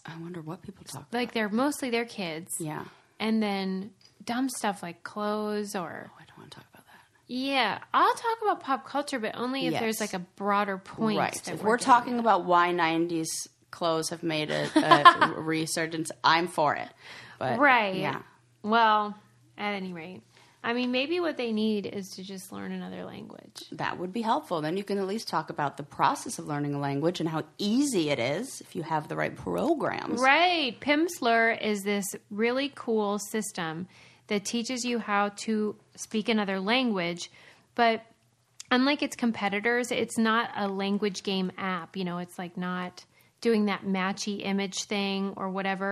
Speaker 1: i wonder what people talk
Speaker 2: like they're mostly their kids,
Speaker 1: yeah Oh,
Speaker 2: and then dumb stuff like clothes or
Speaker 1: i don't want to talk about that
Speaker 2: yeah. I'll talk about pop culture, but only if
Speaker 1: Yes.
Speaker 2: there's like a broader point.
Speaker 1: right
Speaker 2: that
Speaker 1: if
Speaker 2: we're,
Speaker 1: we're, talking about why 90s clothes have made a,
Speaker 2: <laughs>
Speaker 1: a resurgence i'm for it but
Speaker 2: doing. right.
Speaker 1: yeah
Speaker 2: Well, at any rate, I mean, maybe what they need is to just learn another language.
Speaker 1: That would be helpful. Then you can at least talk about the process of learning a language and how easy it is if you have the right programs.
Speaker 2: Right. Pimsleur is this really cool system that teaches you how to speak another language, but unlike its competitors, it's not a language game app. You know, it's like not doing that matchy image thing or whatever.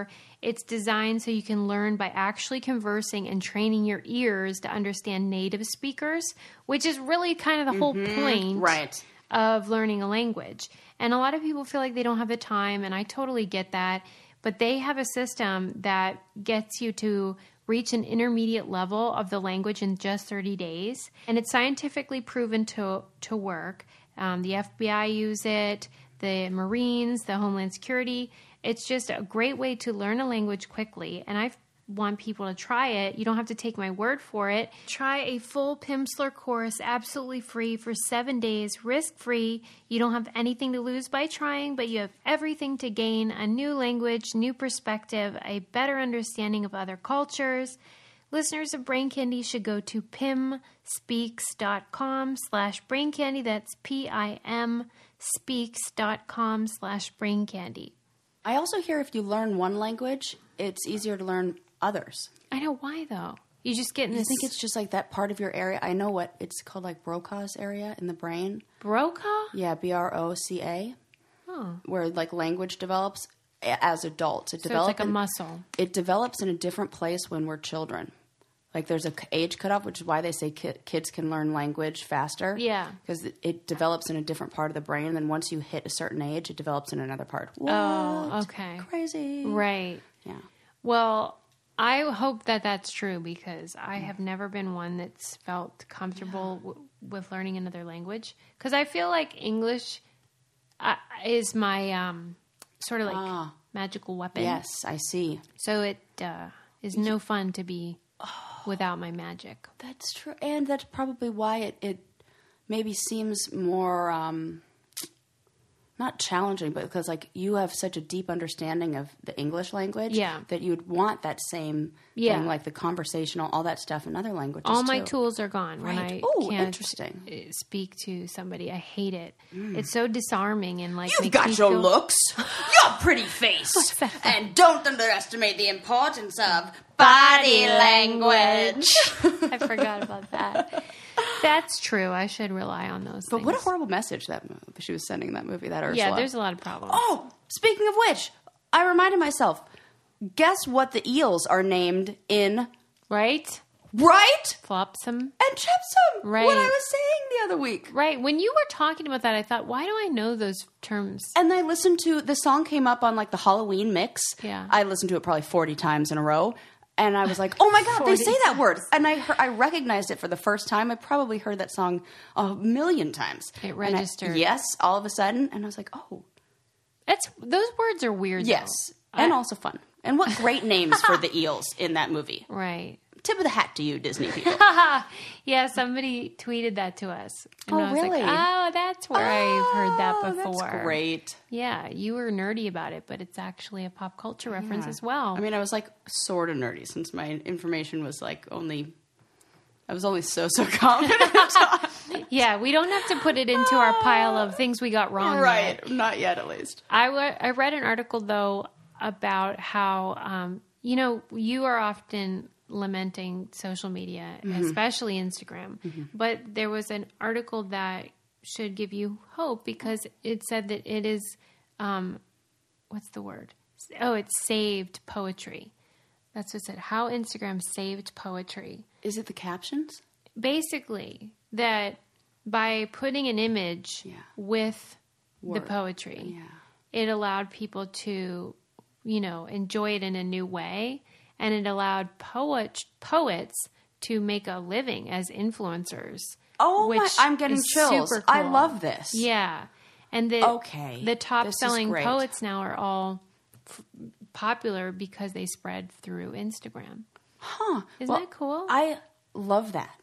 Speaker 2: It's designed so you can learn by actually conversing and training your ears to understand native speakers, which is really kind of the whole point
Speaker 1: Right.
Speaker 2: of learning a language. And a lot of people feel like they don't have the time, and I totally get that. But they have a system that gets you to reach an intermediate level of the language in just 30 days. And it's scientifically proven to, to work. Um, the FBI use it, the Marines, the Homeland Security. It's just a great way to learn a language quickly. And I've want people to try it, you don't have to take my word for it. Try a full Pimsleur course absolutely free for seven days, risk free. You don't have anything to lose by trying, but you have everything to gain a new language, new perspective, a better understanding of other cultures. Listeners of Brain Candy should go to pimspeaks.com slash brain candy. That's P I M speaks.com slash brain candy.
Speaker 1: I also hear if you learn one language, it's easier to learn others.
Speaker 2: I know why though. You just get in
Speaker 1: I
Speaker 2: this
Speaker 1: think it's just like that part of your area. I know what it's called, like Brocca's area in the brain.
Speaker 2: Broca?
Speaker 1: Yeah, B R O C A,
Speaker 2: Oh.
Speaker 1: where like language develops a- as adults. It
Speaker 2: So it's
Speaker 1: develops
Speaker 2: like a muscle.
Speaker 1: it develops in a different place when we're children. Like there's a c- age cutoff, which is why they say ki- kids can learn language faster.
Speaker 2: Yeah.
Speaker 1: because it, it develops in a different part of the brain. And then once you hit a certain age, it develops in another part.
Speaker 2: Oh,
Speaker 1: What?
Speaker 2: okay.
Speaker 1: crazy.
Speaker 2: Right.
Speaker 1: Yeah.
Speaker 2: Well, I hope that that's true because I have never been one that's felt comfortable w- with learning another language because I feel like English uh, is my um, sort of like
Speaker 1: Ah.
Speaker 2: magical weapon.
Speaker 1: Yes, I see.
Speaker 2: So it uh, is no fun to be without my magic.
Speaker 1: That's true, and that's probably why it, it maybe seems more um, not challenging, but because like you have such a deep understanding of the English language,
Speaker 2: Yeah.
Speaker 1: that you'd want that same
Speaker 2: Yeah.
Speaker 1: thing, like the conversational, all that stuff in other languages.
Speaker 2: All my
Speaker 1: too.
Speaker 2: tools are gone when I
Speaker 1: Right. Ooh,
Speaker 2: can't
Speaker 1: interesting. Mm.
Speaker 2: uh, speak to somebody. I hate it. It's so disarming and like
Speaker 1: You've
Speaker 2: makes me
Speaker 1: got your
Speaker 2: feel- <laughs>
Speaker 1: looks, your pretty face, and don't underestimate the importance of body language.
Speaker 2: I forgot about that. That's true. I should rely on those.
Speaker 1: But what a horrible message that mo- she was sending that movie. That Ursula.
Speaker 2: yeah, there's a lot of problems.
Speaker 1: Oh, speaking of which, I reminded myself. Guess what the eels are named in?
Speaker 2: Right?
Speaker 1: Right
Speaker 2: Flopsam.
Speaker 1: and Chepsum.
Speaker 2: Right.
Speaker 1: What I was saying the other week.
Speaker 2: Right. When you were talking about that, I thought, why do I know those terms?
Speaker 1: And I listened to the song came up on like the Halloween mix.
Speaker 2: Yeah.
Speaker 1: I listened to it probably forty times in a row, and I was like, "Oh my god, they
Speaker 2: 40
Speaker 1: say that word!" And I heard, I recognized it for the first time. I probably heard that song a million times.
Speaker 2: It
Speaker 1: And I-
Speaker 2: registered.
Speaker 1: yes, all of a sudden, and I was like, "Oh,
Speaker 2: That's those words are weird.
Speaker 1: yes," and also fun. And what great
Speaker 2: <laughs>
Speaker 1: names for the eels in that movie.
Speaker 2: Though. Right.
Speaker 1: Tip of the hat to you,
Speaker 2: <laughs>
Speaker 1: Disney people.
Speaker 2: Yeah, somebody tweeted that to us. And
Speaker 1: Oh,
Speaker 2: I was
Speaker 1: really?
Speaker 2: like, oh, that's where I've heard
Speaker 1: Oh,
Speaker 2: that before.
Speaker 1: That's great.
Speaker 2: Yeah, you were nerdy about it, but it's actually a pop culture reference as well.
Speaker 1: I mean, I was like sort of nerdy since my information was like only. I was only so so <laughs>
Speaker 2: <laughs>
Speaker 1: confident.
Speaker 2: yeah, we don't have to put it into our
Speaker 1: <laughs>
Speaker 2: pile of things we got wrong. yet.
Speaker 1: right, not yet at least.
Speaker 2: I wa- I read an article though about how um, you know you are often lamenting social media, especially Instagram. But there was an article that should give you hope because it said that it is um, what's the word? Oh, it's saved poetry. That's what it said. How Instagram saved poetry
Speaker 1: Is it the captions?
Speaker 2: basically that by putting an image
Speaker 1: Yeah.
Speaker 2: with the poetry it allowed people to you know enjoy it in a new way and it allowed poet poets to make a living as influencers
Speaker 1: Oh my!
Speaker 2: which
Speaker 1: I'm getting
Speaker 2: is
Speaker 1: chills.
Speaker 2: super
Speaker 1: I
Speaker 2: cool.
Speaker 1: love this.
Speaker 2: yeah and the
Speaker 1: Okay.
Speaker 2: the top
Speaker 1: This is
Speaker 2: selling
Speaker 1: great.
Speaker 2: poets now are all f- popular because they spread through instagram
Speaker 1: Huh.
Speaker 2: Isn't that cool? Mm-hmm.
Speaker 1: I love that.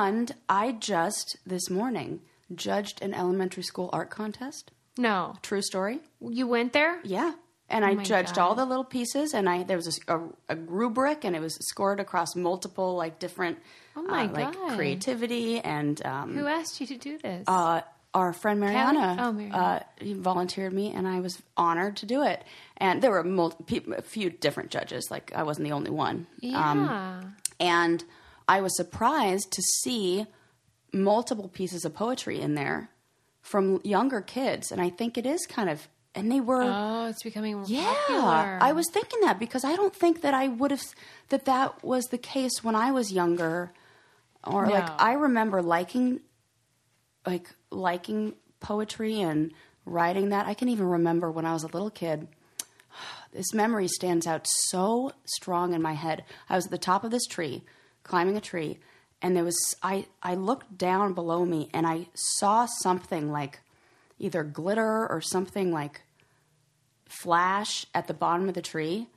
Speaker 1: And I just this morning judged an elementary school art contest.
Speaker 2: no
Speaker 1: True story.
Speaker 2: you went there
Speaker 1: Yeah. and I
Speaker 2: Oh my
Speaker 1: judged
Speaker 2: God.
Speaker 1: all the little pieces, and I there was a, a- a rubric, and it was scored across multiple like different,
Speaker 2: Oh my
Speaker 1: uh, like
Speaker 2: God.
Speaker 1: creativity and um,
Speaker 2: Who asked you to do this?
Speaker 1: uh, our friend Mariana,
Speaker 2: Oh, Mariana.
Speaker 1: Uh, volunteered me, and I was honored to do it. And there were multi- peop a few different judges; like I wasn't the only one.
Speaker 2: yeah.
Speaker 1: um, and I was surprised to see multiple pieces of poetry in there from younger kids, and I think it is kind of. And they were
Speaker 2: oh, it's becoming more
Speaker 1: yeah,
Speaker 2: popular.
Speaker 1: I was thinking that because I don't think that I would have that that was the case when I was younger, or like
Speaker 2: No.
Speaker 1: I remember liking, like liking poetry and writing that. I can even remember when I was a little kid. This memory stands out so strong in my head. I was at the top of this tree, climbing a tree, and there was I I looked down below me and I saw something like either glitter or something like flash at the bottom of the tree.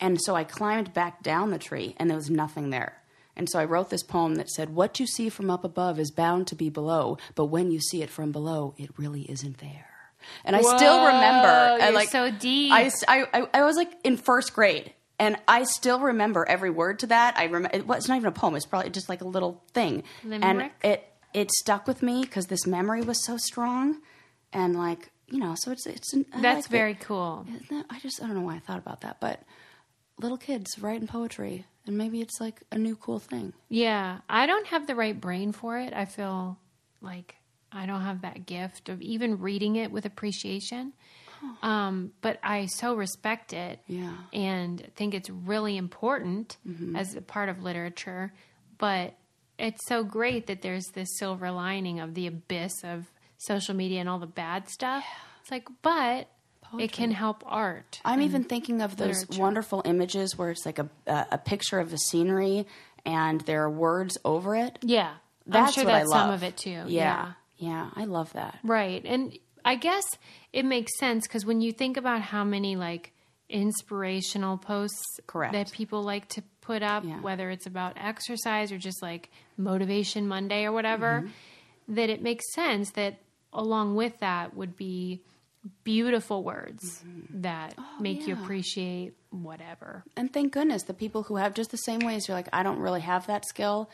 Speaker 1: And so I climbed back down the tree and there was nothing there. And so I wrote this poem that said, What you see from up above is bound to be below, but when you see it from below, it really isn't there. And I still
Speaker 2: Whoa,
Speaker 1: remember. I,
Speaker 2: you're
Speaker 1: like,
Speaker 2: so deep.
Speaker 1: I, s- I- I- I was like in first grade and I still remember every word to that. I remember, it, well, it's not even a poem, it's probably just like a little thing.
Speaker 2: Limerick?
Speaker 1: And it, it stuck with me because this memory was so strong. And like, you know, so it's, it's, an, I
Speaker 2: That's
Speaker 1: like it.
Speaker 2: very cool.
Speaker 1: Isn't that- I just I don't know why I thought about that, but little kids writing poetry, and maybe it's like a new cool thing.
Speaker 2: Yeah, I don't have the right brain for it. I feel like I don't have that gift of even reading it with appreciation. Um, but I so respect it
Speaker 1: Yeah. Mm-hmm.
Speaker 2: and think it's really important as a part of literature. But it's so great that there's this silver lining of the abyss of social media and all the bad stuff. It's like, but it can help art.
Speaker 1: I'm even thinking of those wonderful images where it's like a a, a picture of a scenery and there are words over it.
Speaker 2: Yeah. I'm
Speaker 1: That's
Speaker 2: sure
Speaker 1: what
Speaker 2: that's
Speaker 1: I love.
Speaker 2: some of it too.
Speaker 1: Yeah.
Speaker 2: yeah.
Speaker 1: yeah, I love that.
Speaker 2: Right. And I guess it makes sense because when you think about how many like inspirational posts
Speaker 1: Correct.
Speaker 2: that people like to put up,
Speaker 1: Yeah.
Speaker 2: whether it's about exercise or just like Motivation Monday or whatever,
Speaker 1: Mm-hmm.
Speaker 2: that it makes sense that along with that would be beautiful words that make you
Speaker 1: Mm-hmm. Oh, yeah.
Speaker 2: appreciate whatever.
Speaker 1: And thank goodness the people who have just the same ways. You're like, I don't really have that skill.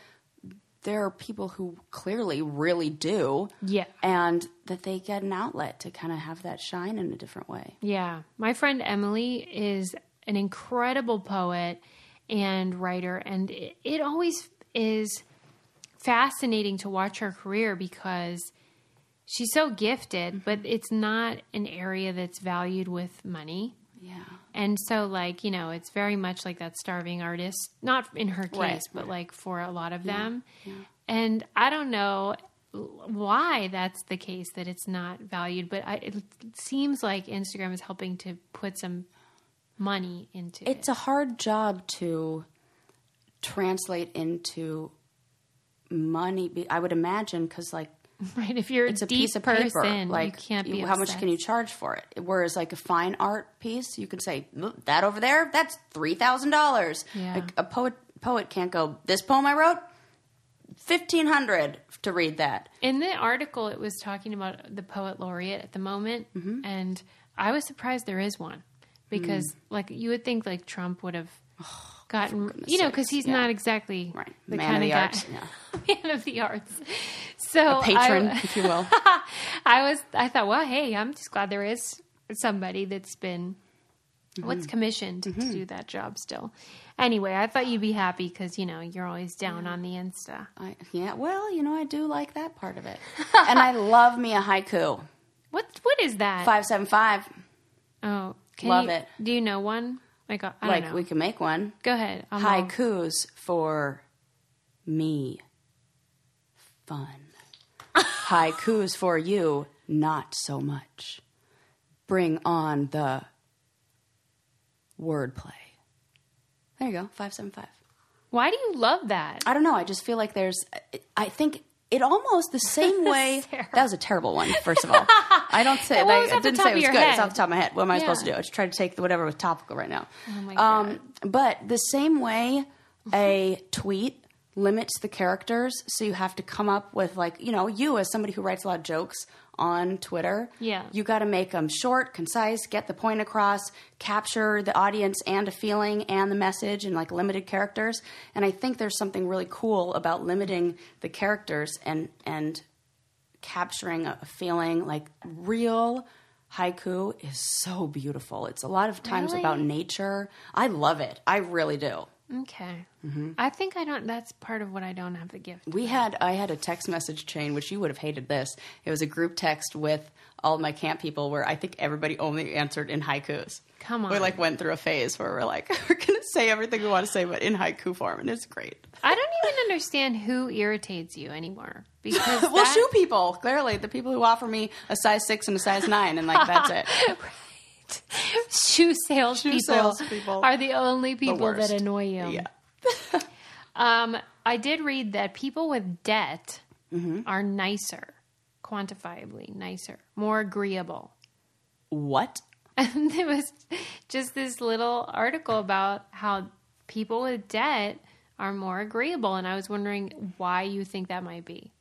Speaker 1: There are people who clearly really do.
Speaker 2: Yeah.
Speaker 1: And that they get an outlet to kind of have that shine in a different way.
Speaker 2: Yeah. My friend Emily is an incredible poet and writer, and it, it always is fascinating to watch her career because she's so gifted, but it's not an area that's valued with money.
Speaker 1: Yeah.
Speaker 2: And so, like, you know, it's very much like that starving artist, not in her case,
Speaker 1: Right,
Speaker 2: but like for a lot of them. And I don't know l- why that's the case that it's not valued, but I, it seems like Instagram is helping to put some money into it.
Speaker 1: it's a hard job to translate into money be- i would imagine because like
Speaker 2: <laughs> Right? If you're
Speaker 1: it's a
Speaker 2: deep
Speaker 1: piece of
Speaker 2: person,
Speaker 1: paper like
Speaker 2: you can't be
Speaker 1: you- how much can you
Speaker 2: obsessed.
Speaker 1: charge for it whereas like a fine art piece you could say "Look, that over there that's $3000
Speaker 2: Yeah.
Speaker 1: like a poet poet can't go this poem i wrote 1500 to read that
Speaker 2: In the article, it was talking about the poet laureate at the moment,
Speaker 1: Mm-hmm.
Speaker 2: and I was surprised there is one because,
Speaker 1: Mm.
Speaker 2: like, you would think like Trump would have gotten, you know, because he's
Speaker 1: Oh, sakes, yeah.
Speaker 2: not exactly
Speaker 1: right
Speaker 2: the
Speaker 1: man of
Speaker 2: kind
Speaker 1: the
Speaker 2: guy-
Speaker 1: arts yeah.
Speaker 2: <laughs> man of the arts. So <laughs>
Speaker 1: patron
Speaker 2: I,
Speaker 1: if you will
Speaker 2: I was, I thought, well, hey, I'm just glad there is somebody that's been
Speaker 1: Mm-hmm.
Speaker 2: what's commissioned to do that job still. Anyway, I thought you'd be happy because you know you're always down on the Insta.
Speaker 1: I, yeah well you know i do like that part of
Speaker 2: <laughs>
Speaker 1: it and i love me a haiku
Speaker 2: What what is that?
Speaker 1: 575
Speaker 2: Oh, can
Speaker 1: Love
Speaker 2: you-
Speaker 1: it.
Speaker 2: Do you know one? Like, uh, I don't
Speaker 1: like
Speaker 2: know.
Speaker 1: we can make one
Speaker 2: Go ahead. I'm all-
Speaker 1: haikus for me
Speaker 2: <laughs>
Speaker 1: fun haikus for you not so much bring on the wordplay there you go 575
Speaker 2: Why do you love that?
Speaker 1: i don't know i just feel like there's i think it almost the same way
Speaker 2: <laughs> Sarah.
Speaker 1: that was a terrible one first of all i don't say
Speaker 2: Well, <laughs> it
Speaker 1: like,
Speaker 2: was
Speaker 1: i
Speaker 2: off the
Speaker 1: didn't
Speaker 2: top
Speaker 1: say
Speaker 2: of
Speaker 1: it was
Speaker 2: your
Speaker 1: good it's
Speaker 2: head.
Speaker 1: off the top of my head what am i supposed to
Speaker 2: Yeah.
Speaker 1: do i just try to take whatever was topical right now
Speaker 2: Oh my Mm-hmm.
Speaker 1: um, but the same way a tweet limits the characters, so you have to come up with like you know you as somebody who writes a lot of jokes on Twitter.
Speaker 2: Yeah.
Speaker 1: you got to make them short, concise, get the point across, capture the audience and a feeling and the message, and like limited characters. And I think there's something really cool about limiting the characters and and capturing a a feeling like real haiku is so beautiful. It's a lot of times
Speaker 2: Really?
Speaker 1: about nature. I love it. I really do.
Speaker 2: Okay.
Speaker 1: Mm-hmm.
Speaker 2: I think I don't. That's part of what I don't have the gift.
Speaker 1: We had I had a text message chain which you would have hated this. It was a group text with all my camp people where I think everybody only answered in haikus.
Speaker 2: Come
Speaker 1: We
Speaker 2: on.
Speaker 1: like went through a phase where we're like <laughs> we're going to say everything we want to say but in haiku form and it's great.
Speaker 2: I don't even <laughs> understand who irritates you anymore
Speaker 1: <laughs>
Speaker 2: because
Speaker 1: Well,
Speaker 2: that-
Speaker 1: shoe people, clearly the people who offer me a size 6 and a size 9 and like that's it.
Speaker 2: <laughs> shoe salespeople
Speaker 1: salespeople
Speaker 2: are the only people that
Speaker 1: worst.
Speaker 2: annoy you.
Speaker 1: Yeah.
Speaker 2: Um, I did read that people with debt
Speaker 1: Mm-hmm.
Speaker 2: are nicer, quantifiably nicer, more agreeable.
Speaker 1: What?
Speaker 2: <laughs> And there was just this little article about how people with debt are more agreeable, and I was wondering why you think that might be.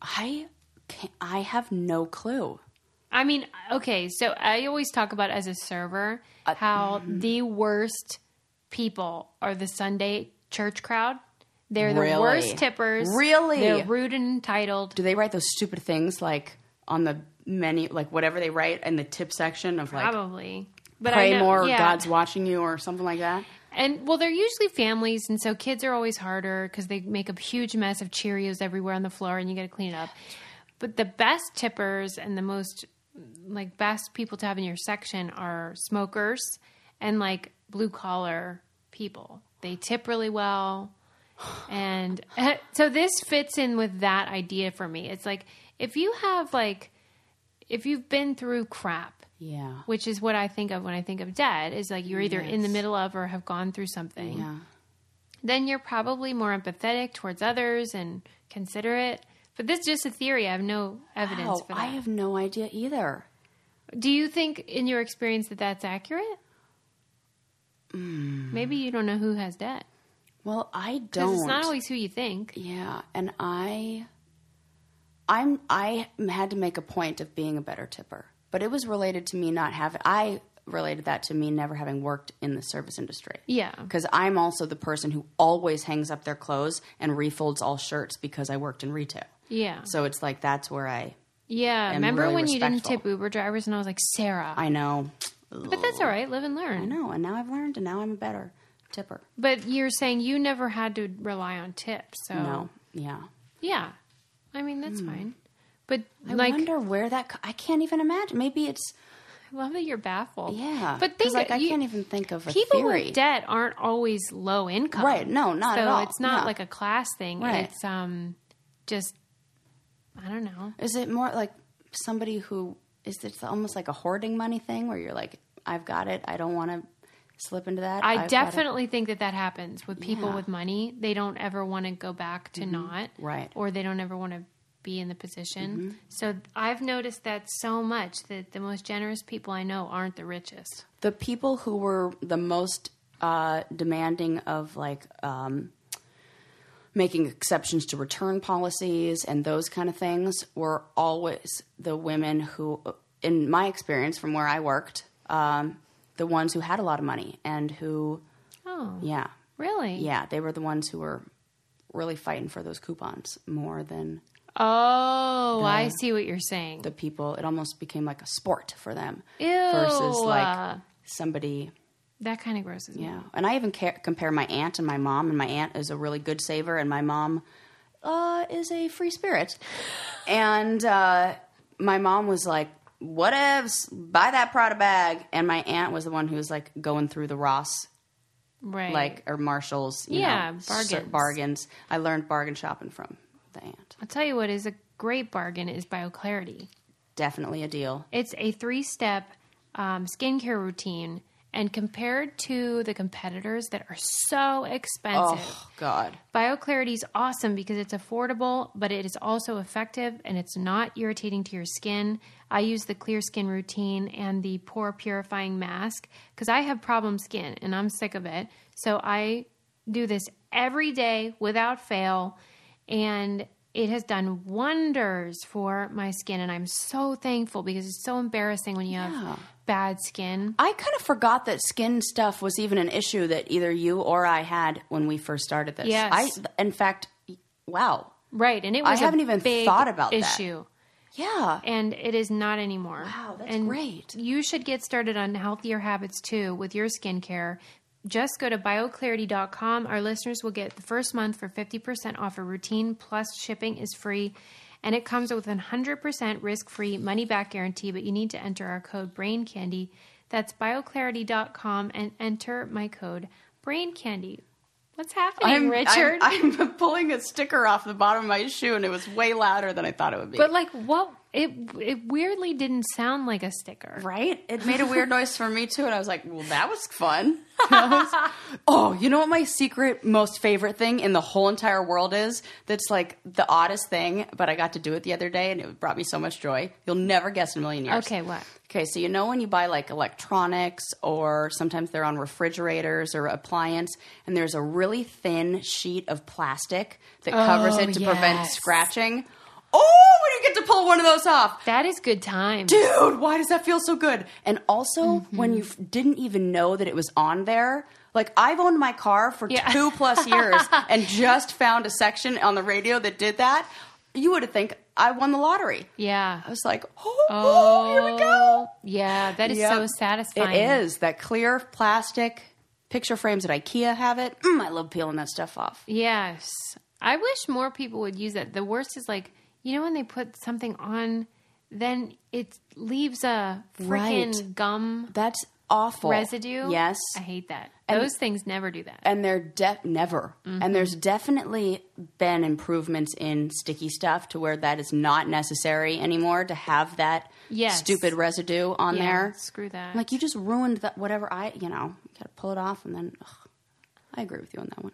Speaker 1: I can I have no clue.
Speaker 2: I mean, okay, so I always talk about as a server
Speaker 1: Uh,
Speaker 2: how the worst people are the Sunday church crowd. They're the
Speaker 1: Really?
Speaker 2: worst tippers.
Speaker 1: Really?
Speaker 2: They're rude and entitled.
Speaker 1: Do they write those stupid things like on the menu, like whatever they write in the tip section of like
Speaker 2: Probably. But
Speaker 1: pray
Speaker 2: I know,
Speaker 1: more, or
Speaker 2: yeah.
Speaker 1: God's watching you, or something like that?
Speaker 2: And well, they're usually families, and so kids are always harder because they make a huge mess of Cheerios everywhere on the floor, and you got to clean it up. But the best tippers and the most like best people to have in your section are smokers and like blue collar people. They tip really well, and <laughs> so this fits in with that idea for me. It's like if you have like if you've been through crap
Speaker 1: Yeah.
Speaker 2: which is what I think of when I think of dead, is like you're either in the middle of or have gone through something.
Speaker 1: Yeah.
Speaker 2: Then you're probably more empathetic towards others and considerate. But this is just a theory. I have no evidence
Speaker 1: Oh,
Speaker 2: for that.
Speaker 1: I have no idea either.
Speaker 2: Do you think, in your experience, that that's accurate?
Speaker 1: Mm.
Speaker 2: Maybe you don't know who has debt.
Speaker 1: Well, I don't.
Speaker 2: Because it's not always who you think.
Speaker 1: yeah, and I, I'm I had to make a point of being a better tipper, but it was related to me not having. I related that to me never having worked in the service industry.
Speaker 2: Yeah.
Speaker 1: because I'm also the person who always hangs up their clothes and refolds all shirts because I worked in retail.
Speaker 2: Yeah.
Speaker 1: So it's like that's where I
Speaker 2: yeah.
Speaker 1: I'm
Speaker 2: Remember
Speaker 1: really
Speaker 2: when you didn't
Speaker 1: respectful.
Speaker 2: tip Uber drivers and I was like, Sarah.
Speaker 1: I know.
Speaker 2: but that's all right. Live and
Speaker 1: I
Speaker 2: learn.
Speaker 1: know, and now I've learned, and now I'm a better tipper.
Speaker 2: But you're saying you never had to rely on tips. So
Speaker 1: No, yeah.
Speaker 2: Yeah. I mean, that's fine. But
Speaker 1: Hmm. I
Speaker 2: like,
Speaker 1: wonder where that. co- I can't even imagine. Maybe it's
Speaker 2: I love that you're baffled.
Speaker 1: yeah.
Speaker 2: But
Speaker 1: 'Cause,
Speaker 2: think
Speaker 1: like I
Speaker 2: you-
Speaker 1: can't even think of a
Speaker 2: people
Speaker 1: theory.
Speaker 2: with debt aren't always low income,
Speaker 1: Right, no, not
Speaker 2: so
Speaker 1: at all,
Speaker 2: it's not
Speaker 1: no.
Speaker 2: like a class thing.
Speaker 1: Right.
Speaker 2: It's um, just I don't know.
Speaker 1: Is it more like somebody who is it almost like a hoarding money thing where you're like, I've got it. I don't want to slip into that.
Speaker 2: I
Speaker 1: I've got it."
Speaker 2: definitely think that that happens with people
Speaker 1: Yeah. Mm-hmm.
Speaker 2: with money. They don't ever want to go back to not
Speaker 1: Right. Mm-hmm.
Speaker 2: or they don't ever want to be in the position. So I've noticed that so much that the most generous people I know aren't the richest.
Speaker 1: the people who were the most uh, demanding of like um, making exceptions to return policies and those kind of things were always the women who, in my experience from where I worked, um, the ones who had a lot of money and who,
Speaker 2: Oh,
Speaker 1: yeah,
Speaker 2: really?
Speaker 1: yeah, they were the ones who were really fighting for those coupons more than
Speaker 2: Oh, I see what you're saying.
Speaker 1: the people. It almost became like a sport for them
Speaker 2: Ew.
Speaker 1: versus like somebody
Speaker 2: that kind of grosses me.
Speaker 1: Yeah, and I even ca- compare my aunt and my mom, and my aunt is a really good saver, and my mom uh, is a free spirit. And uh, my mom was like, "Whatevs, buy that Prada bag," and my aunt was the one who was like going through the Ross,
Speaker 2: Right.
Speaker 1: like or Marshalls, you
Speaker 2: Yeah,
Speaker 1: know,
Speaker 2: bargains.
Speaker 1: cer- bargains. I learned bargain shopping from the aunt.
Speaker 2: I'll tell you what is a great bargain is BioClarity.
Speaker 1: Definitely a deal.
Speaker 2: It's a three-step um, skincare routine, and compared to the competitors that are so expensive,
Speaker 1: Oh God,
Speaker 2: BioClarity is awesome because it's affordable, but it is also effective and it's not irritating to your skin. I use the clear skin routine and the pore purifying mask because I have problem skin and I'm sick of it. So I do this every day without fail. And it has done wonders for my skin. And I'm so thankful because it's so embarrassing when you have bad skin.
Speaker 1: I kind of forgot that skin stuff was even an issue that either you or I had when we first started this.
Speaker 2: Yes.
Speaker 1: I, in fact, wow.
Speaker 2: Right. And it
Speaker 1: I
Speaker 2: was a
Speaker 1: haven't even
Speaker 2: big
Speaker 1: thought about that.
Speaker 2: issue.
Speaker 1: Yeah.
Speaker 2: and it is not anymore.
Speaker 1: Wow, that's
Speaker 2: And
Speaker 1: great.
Speaker 2: You should get started on healthier habits too with your skincare. Just go to bioclarity.com. Our listeners will get the first month for 50% off a routine, plus shipping is free. And it comes with a 100% risk free money back guarantee, but you need to enter our code BRAINCANDY. That's bioclarity.com and enter my code BRAINCANDY. What's happening, Richard?
Speaker 1: I'm, <laughs> I'm pulling a sticker off the bottom of my shoe, and it was way louder than I thought it would be.
Speaker 2: but like, what? It, it weirdly didn't sound like a sticker.
Speaker 1: right? It made a weird noise for me too, and I was like, "Well, that was fun." <laughs> That was- oh, you know what my secret, most favorite thing in the whole entire world is? That's like the oddest thing, but I got to do it the other day, and it brought me so much joy. You'll never guess in a million years.
Speaker 2: Okay, what?
Speaker 1: Okay, so you know when you buy like electronics or sometimes they're on refrigerators or appliance and there's a really thin sheet of plastic that covers it to prevent
Speaker 2: yes.
Speaker 1: scratching? Oh, when you get to pull one of those off.
Speaker 2: That is good time.
Speaker 1: Dude, why does that feel so good? And also
Speaker 2: Mm-hmm.
Speaker 1: when you f- didn't even know that it was on there. Like I've owned my car for
Speaker 2: Yeah.
Speaker 1: 2
Speaker 2: <laughs>
Speaker 1: plus years and just found a section on the radio that did that. You would think I won the lottery.
Speaker 2: Yeah.
Speaker 1: I was like, oh, oh here we go.
Speaker 2: Yeah, that is
Speaker 1: Yep.
Speaker 2: so satisfying.
Speaker 1: It is that clear plastic picture frames at IKEA have it. Mm, I love peeling that stuff off.
Speaker 2: Yes. I wish more people would use that. The worst is like, you know, when they put something on, then it leaves a freaking
Speaker 1: Right.
Speaker 2: gum
Speaker 1: That's awful
Speaker 2: residue.
Speaker 1: Yes,
Speaker 2: I hate that. Those things never do that.
Speaker 1: and they're de- never.
Speaker 2: Mm-hmm.
Speaker 1: And there's definitely been improvements in sticky stuff to where that is not necessary anymore to have that
Speaker 2: Yes.
Speaker 1: stupid residue on
Speaker 2: Yeah,
Speaker 1: there.
Speaker 2: Screw that.
Speaker 1: I'm like you just ruined that. Whatever I, you know, you gotta pull it off, and then ugh, I agree with you on that one.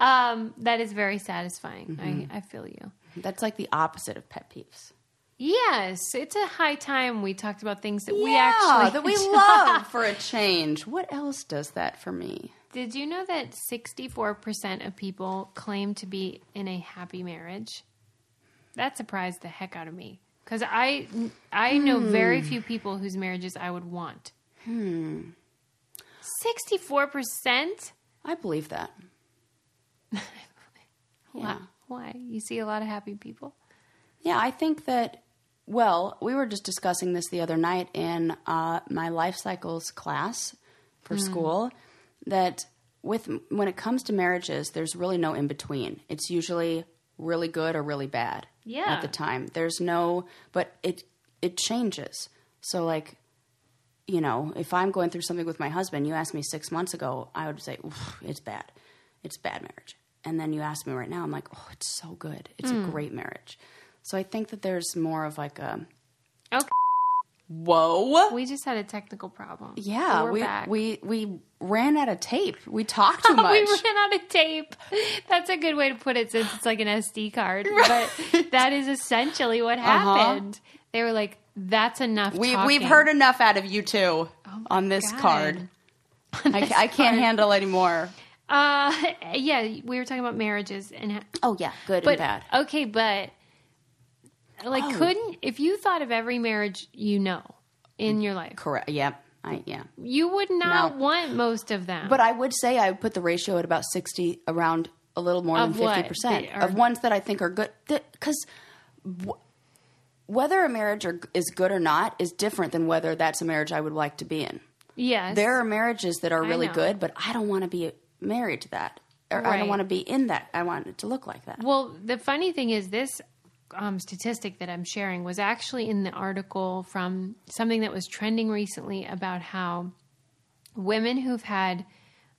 Speaker 2: um, that is very satisfying.
Speaker 1: Mm-hmm.
Speaker 2: I, I feel you.
Speaker 1: That's like the opposite of pet peeves.
Speaker 2: Yes, it's a high time we talked about things that we
Speaker 1: Yeah,
Speaker 2: actually <laughs>
Speaker 1: that we love for a change. What else does that for me?
Speaker 2: Did you know that 64% of people claim to be in a happy marriage? That surprised the heck out of me cuz I I know
Speaker 1: Hmm.
Speaker 2: very few people whose marriages I would want. Hmm. 64%?
Speaker 1: I believe that.
Speaker 2: Wow. Why? You see a lot of happy people?
Speaker 1: Yeah, I think that. Well, we were just discussing this the other night in uh, my life cycles class for school. That with when it comes to marriages, there's really no in between. It's usually really good or really bad.
Speaker 2: Yeah.
Speaker 1: At the time, there's no, but it it changes. So like, you know, if I'm going through something with my husband, you asked me six months ago, I would say "Oof, it's bad, it's bad marriage. And then you ask me right now, I'm like, oh, it's so good, it's
Speaker 2: Hmm.
Speaker 1: a great marriage. So I think that there's more of like a
Speaker 2: Okay.
Speaker 1: whoa,
Speaker 2: We just had a technical problem.
Speaker 1: yeah,
Speaker 2: But we're
Speaker 1: we
Speaker 2: back.
Speaker 1: we we ran out of tape. We talked too much.
Speaker 2: <laughs> We ran out of tape. That's a good way to put it since it's like an SD
Speaker 1: <laughs>
Speaker 2: card. But that is essentially what happened. They were like, that's enough.
Speaker 1: Uh-huh. We,
Speaker 2: talking. Oh
Speaker 1: we've heard enough out of you two on this
Speaker 2: God. <laughs>
Speaker 1: card. I, ca- I can't handle anymore.
Speaker 2: Uh, yeah, we were talking about marriages and ha-
Speaker 1: Oh yeah, good and
Speaker 2: but
Speaker 1: bad.
Speaker 2: okay, but like,
Speaker 1: Oh.
Speaker 2: couldn't if you thought of every marriage you know in your life,
Speaker 1: Correct. Yep. I yeah.
Speaker 2: you would not
Speaker 1: Mm. No.
Speaker 2: want most of them.
Speaker 1: But I would say I would put the ratio at about 60, around a little more
Speaker 2: Of
Speaker 1: than
Speaker 2: what?
Speaker 1: 50%
Speaker 2: They are-
Speaker 1: of ones that I think are good. Because wh- whether a marriage are, is good or not is different than whether that's a marriage I would like to be in.
Speaker 2: yes,
Speaker 1: There are marriages that are really
Speaker 2: know.
Speaker 1: good, but I don't want to be married to that. Or I
Speaker 2: Right.
Speaker 1: don't want to be in that. I want it to look like that.
Speaker 2: Well, the funny thing is, this um, statistic that I'm sharing was actually in the article from something that was trending recently about how women who've had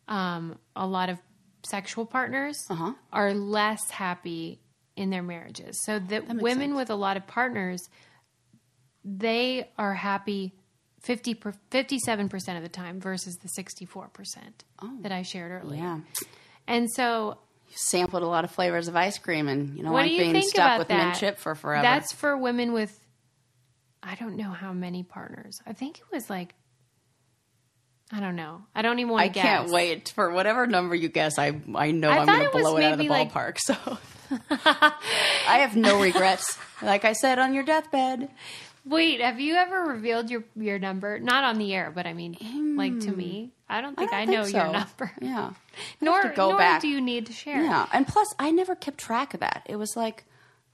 Speaker 2: um, a lot of sexual partners are less happy in their marriages. So that, women with a lot of partners, they are happy 50 per, 57% of the time versus the 64% that I shared earlier.
Speaker 1: Yeah.
Speaker 2: And so
Speaker 1: You've sampled a lot of flavors of ice cream and you know,
Speaker 2: what
Speaker 1: like
Speaker 2: do you
Speaker 1: being
Speaker 2: think
Speaker 1: stuck
Speaker 2: about
Speaker 1: with
Speaker 2: that?
Speaker 1: mint chip for forever.
Speaker 2: That's for women with I don't know how many partners. I think it was like I don't know. I don't even want
Speaker 1: I
Speaker 2: to guess.
Speaker 1: can't wait for whatever number you guess. I I know
Speaker 2: I
Speaker 1: I am
Speaker 2: thought
Speaker 1: going to
Speaker 2: it was
Speaker 1: blow it out of the
Speaker 2: maybe, like-
Speaker 1: ballpark.
Speaker 2: <laughs>
Speaker 1: So I have no regrets. like I said on your deathbed,
Speaker 2: Wait, have you ever revealed your your number? Not on the air, but I mean, like to me. I don't think
Speaker 1: Mm. don't
Speaker 2: I,
Speaker 1: think
Speaker 2: know
Speaker 1: so. <laughs>
Speaker 2: your number. <laughs>
Speaker 1: Yeah.
Speaker 2: Nor
Speaker 1: to go
Speaker 2: nor
Speaker 1: back.
Speaker 2: do you need to share.
Speaker 1: Yeah, and plus, I never kept track of that. It was like,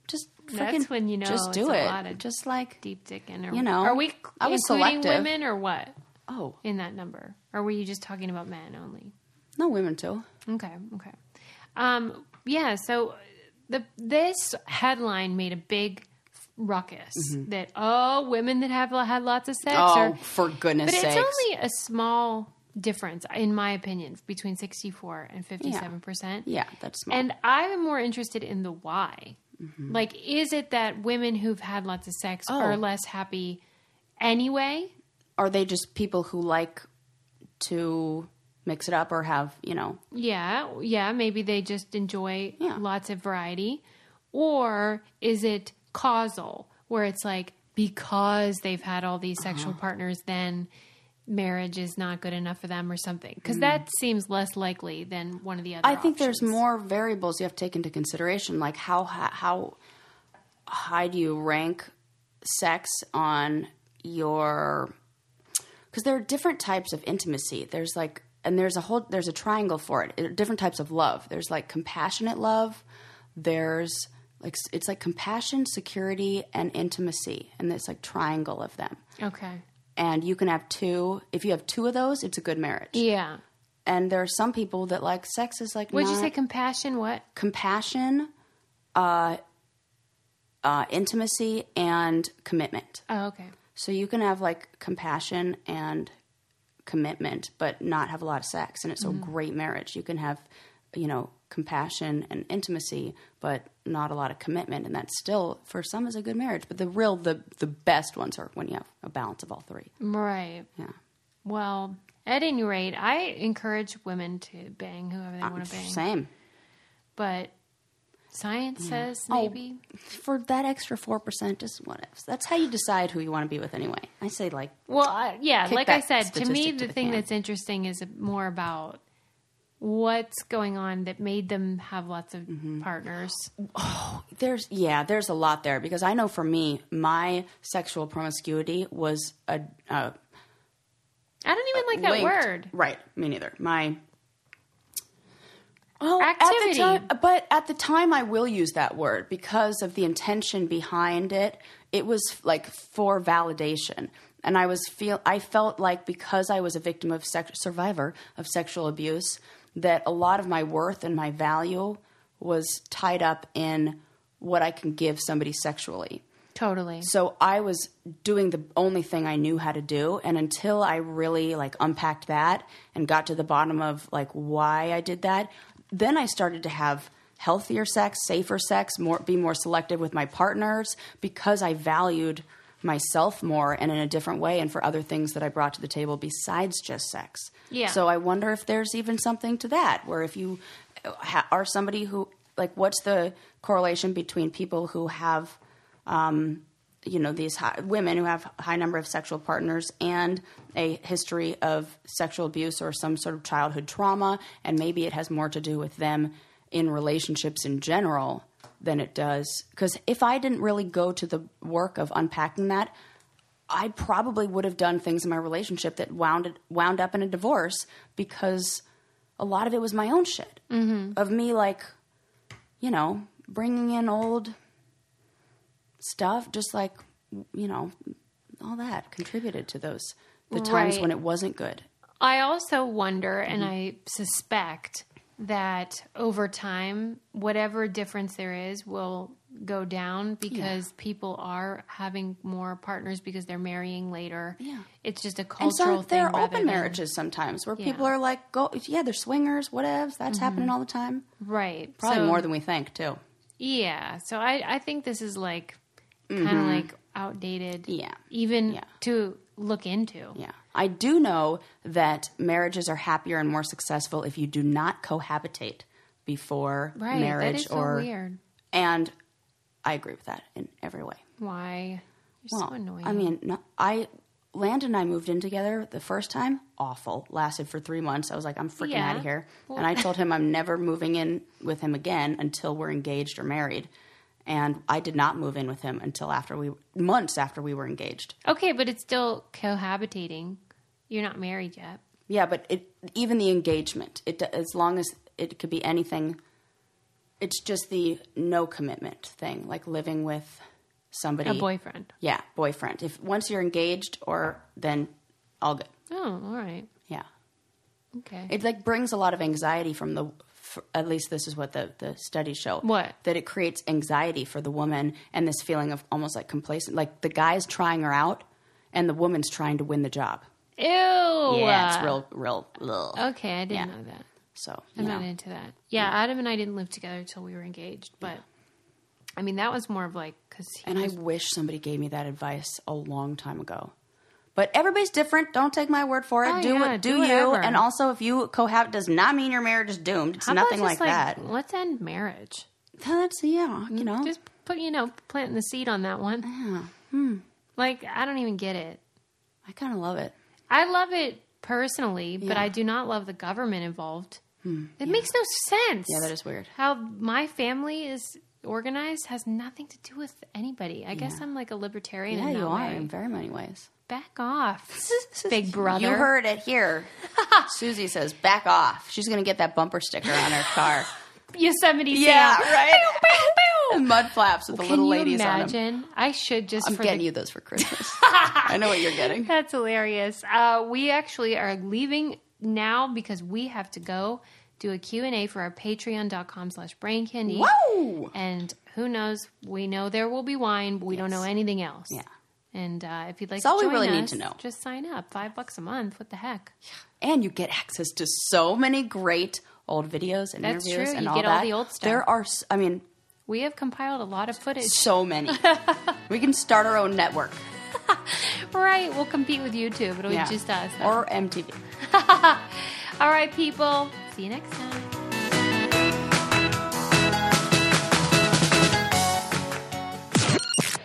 Speaker 1: just
Speaker 2: That's
Speaker 1: freaking,
Speaker 2: when you know
Speaker 1: just
Speaker 2: it's
Speaker 1: do
Speaker 2: a
Speaker 1: it.
Speaker 2: lot of
Speaker 1: just like,
Speaker 2: Deep digging, or
Speaker 1: You know,
Speaker 2: are we
Speaker 1: I was
Speaker 2: including
Speaker 1: selective.
Speaker 2: women or what
Speaker 1: oh,
Speaker 2: in that number? Or were you just talking about men only?
Speaker 1: no, women too.
Speaker 2: Okay, okay. Um, yeah, so the this headline made a big ruckus that oh, women that have had lots of sex
Speaker 1: Mm-hmm. Oh,
Speaker 2: are
Speaker 1: for goodness'
Speaker 2: But
Speaker 1: sake!
Speaker 2: it's only a small difference, in my opinion, between 64 and 57%.
Speaker 1: yeah, that's small.
Speaker 2: And I'm more interested in the why.
Speaker 1: Mm-hmm.
Speaker 2: Like, is it that women who've had lots of sex
Speaker 1: Oh.
Speaker 2: are less happy anyway?
Speaker 1: Are they just people who like to mix it up or have you know?
Speaker 2: Yeah, yeah, maybe they just enjoy
Speaker 1: Yeah.
Speaker 2: lots of variety. Or is it causal, where it's like because they've had all these sexual
Speaker 1: Uh-huh.
Speaker 2: partners, then marriage is not good enough for them or something? Because that seems less likely than one of the other.
Speaker 1: Mm. I think there's
Speaker 2: options.
Speaker 1: more variables you have to take into consideration, like how hi- how high do you rank sex on your because there are different types of intimacy. There's like and there's a whole there's a triangle for it. There are different types of love. There's like compassionate love. There's like s- it's like compassion, security, and intimacy, and it's like triangle of them.
Speaker 2: Okay.
Speaker 1: And you can have two. If you have two of those, it's a good marriage.
Speaker 2: Yeah.
Speaker 1: And there are some people that like sex is like
Speaker 2: Would you
Speaker 1: not-
Speaker 2: say compassion? What?
Speaker 1: compassion, uh, uh, intimacy, and commitment.
Speaker 2: Oh, okay.
Speaker 1: So you can have like compassion and commitment, but not have a lot of sex, and it's a
Speaker 2: Mm-hmm.
Speaker 1: great marriage. You can have, you know, compassion and intimacy, but not a lot of commitment, and that's still for some is a good marriage. But the real, the the best ones are when you have a balance of all three.
Speaker 2: Right.
Speaker 1: Yeah.
Speaker 2: Well, at any rate, I encourage women to bang whoever
Speaker 1: Uh,
Speaker 2: they want to bang.
Speaker 1: Same.
Speaker 2: But science says maybe.
Speaker 1: Oh, For that extra 4%, just what ifs. That's how you decide who you want to be with anyway. I say, like,
Speaker 2: Well, I yeah,
Speaker 1: Kick
Speaker 2: like I
Speaker 1: that
Speaker 2: said, to me,
Speaker 1: statistic
Speaker 2: the,
Speaker 1: to the
Speaker 2: thing
Speaker 1: can.
Speaker 2: that's interesting is more about what's going on that made them have lots of
Speaker 1: Mm-hmm.
Speaker 2: partners.
Speaker 1: There's yeah, there's a lot there because I know for me, my sexual promiscuity was a, a
Speaker 2: I don't even like that
Speaker 1: linked-
Speaker 2: word.
Speaker 1: Right, me neither. My well,
Speaker 2: Activity.
Speaker 1: At the time, but at the time, I will use that word because of the intention behind it. It was like for validation, and I was feel I felt like because I was a victim of sex survivor of sexual abuse that a lot of my worth and my value was tied up in what I can give somebody sexually.
Speaker 2: Totally.
Speaker 1: So I was doing the only thing I knew how to do, and until I really like unpacked that and got to the bottom of like why I did that, then I started to have healthier sex, safer sex, more be more selective with my partners because I valued myself more and in a different way and for other things that I brought to the table besides just sex.
Speaker 2: Yeah.
Speaker 1: So I wonder if there's even something to that where if you uh, ha- are somebody who like what's the correlation between people who have you know these high, women who have a high number of sexual partners and a history of sexual abuse or some sort of childhood trauma and maybe it has more to do with them in relationships in general than it does cuz if I didn't really go to the work of unpacking that I probably would have done things in my relationship that wound it, wound up in a divorce because a lot of it was my own shit of me like you know bringing in old stuff, just like you know, all that contributed to those the times
Speaker 2: Right.
Speaker 1: when it wasn't good.
Speaker 2: I also wonder, and
Speaker 1: Mm-hmm.
Speaker 2: I suspect that over time, whatever difference there is will go down because people are having more partners because they're marrying later.
Speaker 1: Yeah.
Speaker 2: It's just a
Speaker 1: And
Speaker 2: cultural
Speaker 1: so
Speaker 2: thing.
Speaker 1: there are
Speaker 2: rather
Speaker 1: open
Speaker 2: than-
Speaker 1: marriages sometimes where people are like, go, yeah, they're swingers, whatevs. That's happening all the time.
Speaker 2: Right.
Speaker 1: Probably
Speaker 2: Mm-hmm. So-
Speaker 1: more than we think too.
Speaker 2: Yeah. So I, I think this is like kind of like outdated.
Speaker 1: Mm-hmm. Yeah.
Speaker 2: Even
Speaker 1: Yeah.
Speaker 2: to look into.
Speaker 1: Yeah. I do know that marriages are happier and more successful if you do not cohabitate before
Speaker 2: Right. that
Speaker 1: marriage
Speaker 2: is so
Speaker 1: or
Speaker 2: weird.
Speaker 1: and I agree with that in every way.
Speaker 2: Why? You're so annoying.
Speaker 1: I mean, no, I Landon and I moved in together the first time. Awful. Lasted for three months. I was like, I'm freaking
Speaker 2: Yeah.
Speaker 1: out of here.
Speaker 2: Well-
Speaker 1: and I told him I'm never moving in with him again until we're engaged or married. And I did not move in with him until after we months after we were engaged.
Speaker 2: Okay, but it's still cohabitating. You're not married yet.
Speaker 1: Yeah, but it, even the engagement, it as long as it could be anything, it's just the no commitment thing, like living with somebody.
Speaker 2: A boyfriend.
Speaker 1: Yeah, boyfriend. If once you're engaged, or then all good.
Speaker 2: Oh, all right.
Speaker 1: Yeah,
Speaker 2: Okay.
Speaker 1: it like brings a lot of anxiety from the. For, at least this is what the the studies show.
Speaker 2: What?
Speaker 1: that it creates anxiety for the woman and this feeling of almost like complacent, like the guy's trying her out, and the woman's trying to win the job.
Speaker 2: Ew. Uh,
Speaker 1: Yeah, it's real, real. Ugh.
Speaker 2: Oh, Okay, I didn't
Speaker 1: Yeah.
Speaker 2: know that.
Speaker 1: So you
Speaker 2: I'm
Speaker 1: know.
Speaker 2: not into that. Yeah, Adam and I didn't live together until we were engaged, but I mean that was more of like because he
Speaker 1: And I
Speaker 2: was-
Speaker 1: wish somebody gave me that advice a long time ago. But everybody's different. Don't take my word for it.
Speaker 2: Oh,
Speaker 1: do
Speaker 2: yeah,
Speaker 1: what do,
Speaker 2: do
Speaker 1: you.
Speaker 2: whatever.
Speaker 1: And also, if you cohabit, does not mean your marriage is doomed. It's
Speaker 2: How about
Speaker 1: nothing like,
Speaker 2: just,
Speaker 1: that.
Speaker 2: Let's end marriage.
Speaker 1: That's yeah, you know.
Speaker 2: Just put you know planting the seed on that one. Hmm. Like I don't even get it.
Speaker 1: I kind of love it.
Speaker 2: I love it personally, but
Speaker 1: Yeah. Hmm.
Speaker 2: I do not love the government involved. It makes no sense.
Speaker 1: Yeah, that is weird.
Speaker 2: How my family is organized has nothing to do with anybody. I guess
Speaker 1: Yeah.
Speaker 2: I'm like a libertarian.
Speaker 1: Yeah,
Speaker 2: in that
Speaker 1: you are
Speaker 2: way.
Speaker 1: in very many ways.
Speaker 2: Back
Speaker 1: <laughs>
Speaker 2: off, big brother.
Speaker 1: You heard it
Speaker 2: <laughs>
Speaker 1: here. Susie says, "Back off." She's gonna get that bumper sticker on her
Speaker 2: <laughs>
Speaker 1: car.
Speaker 2: Yosemite
Speaker 1: yeah,
Speaker 2: Sam.
Speaker 1: right.
Speaker 2: <laughs>
Speaker 1: And mud flaps with the
Speaker 2: Can
Speaker 1: little
Speaker 2: you
Speaker 1: ladies on them.
Speaker 2: imagine? I should just.
Speaker 1: I'm
Speaker 2: for
Speaker 1: getting
Speaker 2: the-
Speaker 1: you those for
Speaker 2: <laughs>
Speaker 1: Christmas. I know what you're getting.
Speaker 2: That's hilarious. Uh, we actually are leaving now because we have to go do a Q&A for our patreon.com slash brain candy.
Speaker 1: Whoa.
Speaker 2: And who knows? We know there will be wine, but we don't know anything else.
Speaker 1: Yeah.
Speaker 2: And uh, if you'd like
Speaker 1: It's
Speaker 2: to
Speaker 1: all we
Speaker 2: join
Speaker 1: really need
Speaker 2: us,
Speaker 1: to know.
Speaker 2: just sign up. Five bucks a month. What the heck?
Speaker 1: and you get access to so many great old videos and
Speaker 2: That's
Speaker 1: interviews
Speaker 2: true.
Speaker 1: and
Speaker 2: You
Speaker 1: all
Speaker 2: get all
Speaker 1: that.
Speaker 2: the old stuff.
Speaker 1: There are, s- I mean,
Speaker 2: We have compiled a lot of footage.
Speaker 1: so
Speaker 2: <laughs>
Speaker 1: many. we can start our own network.
Speaker 2: Right. We'll compete with YouTube. It'll be just uh, us.
Speaker 1: or MTV.
Speaker 2: all right, people. See you next time.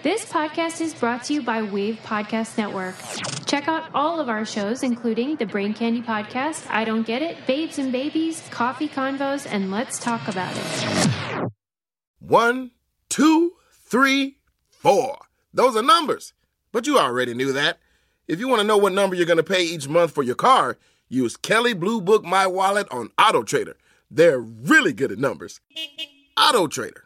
Speaker 2: This podcast is brought to you by Wave Podcast Network. Check out all of our shows, including the Brain Candy Podcast, I Don't Get It, Babes and Babies, Coffee Convos, and Let's Talk About It.
Speaker 3: One, two, three, four. Those are numbers. But you already knew that. If you want to know what number you're going to pay each month for your car, use Kelly Blue Book My Wallet on Auto Trader. They're really good at numbers. Auto Trader.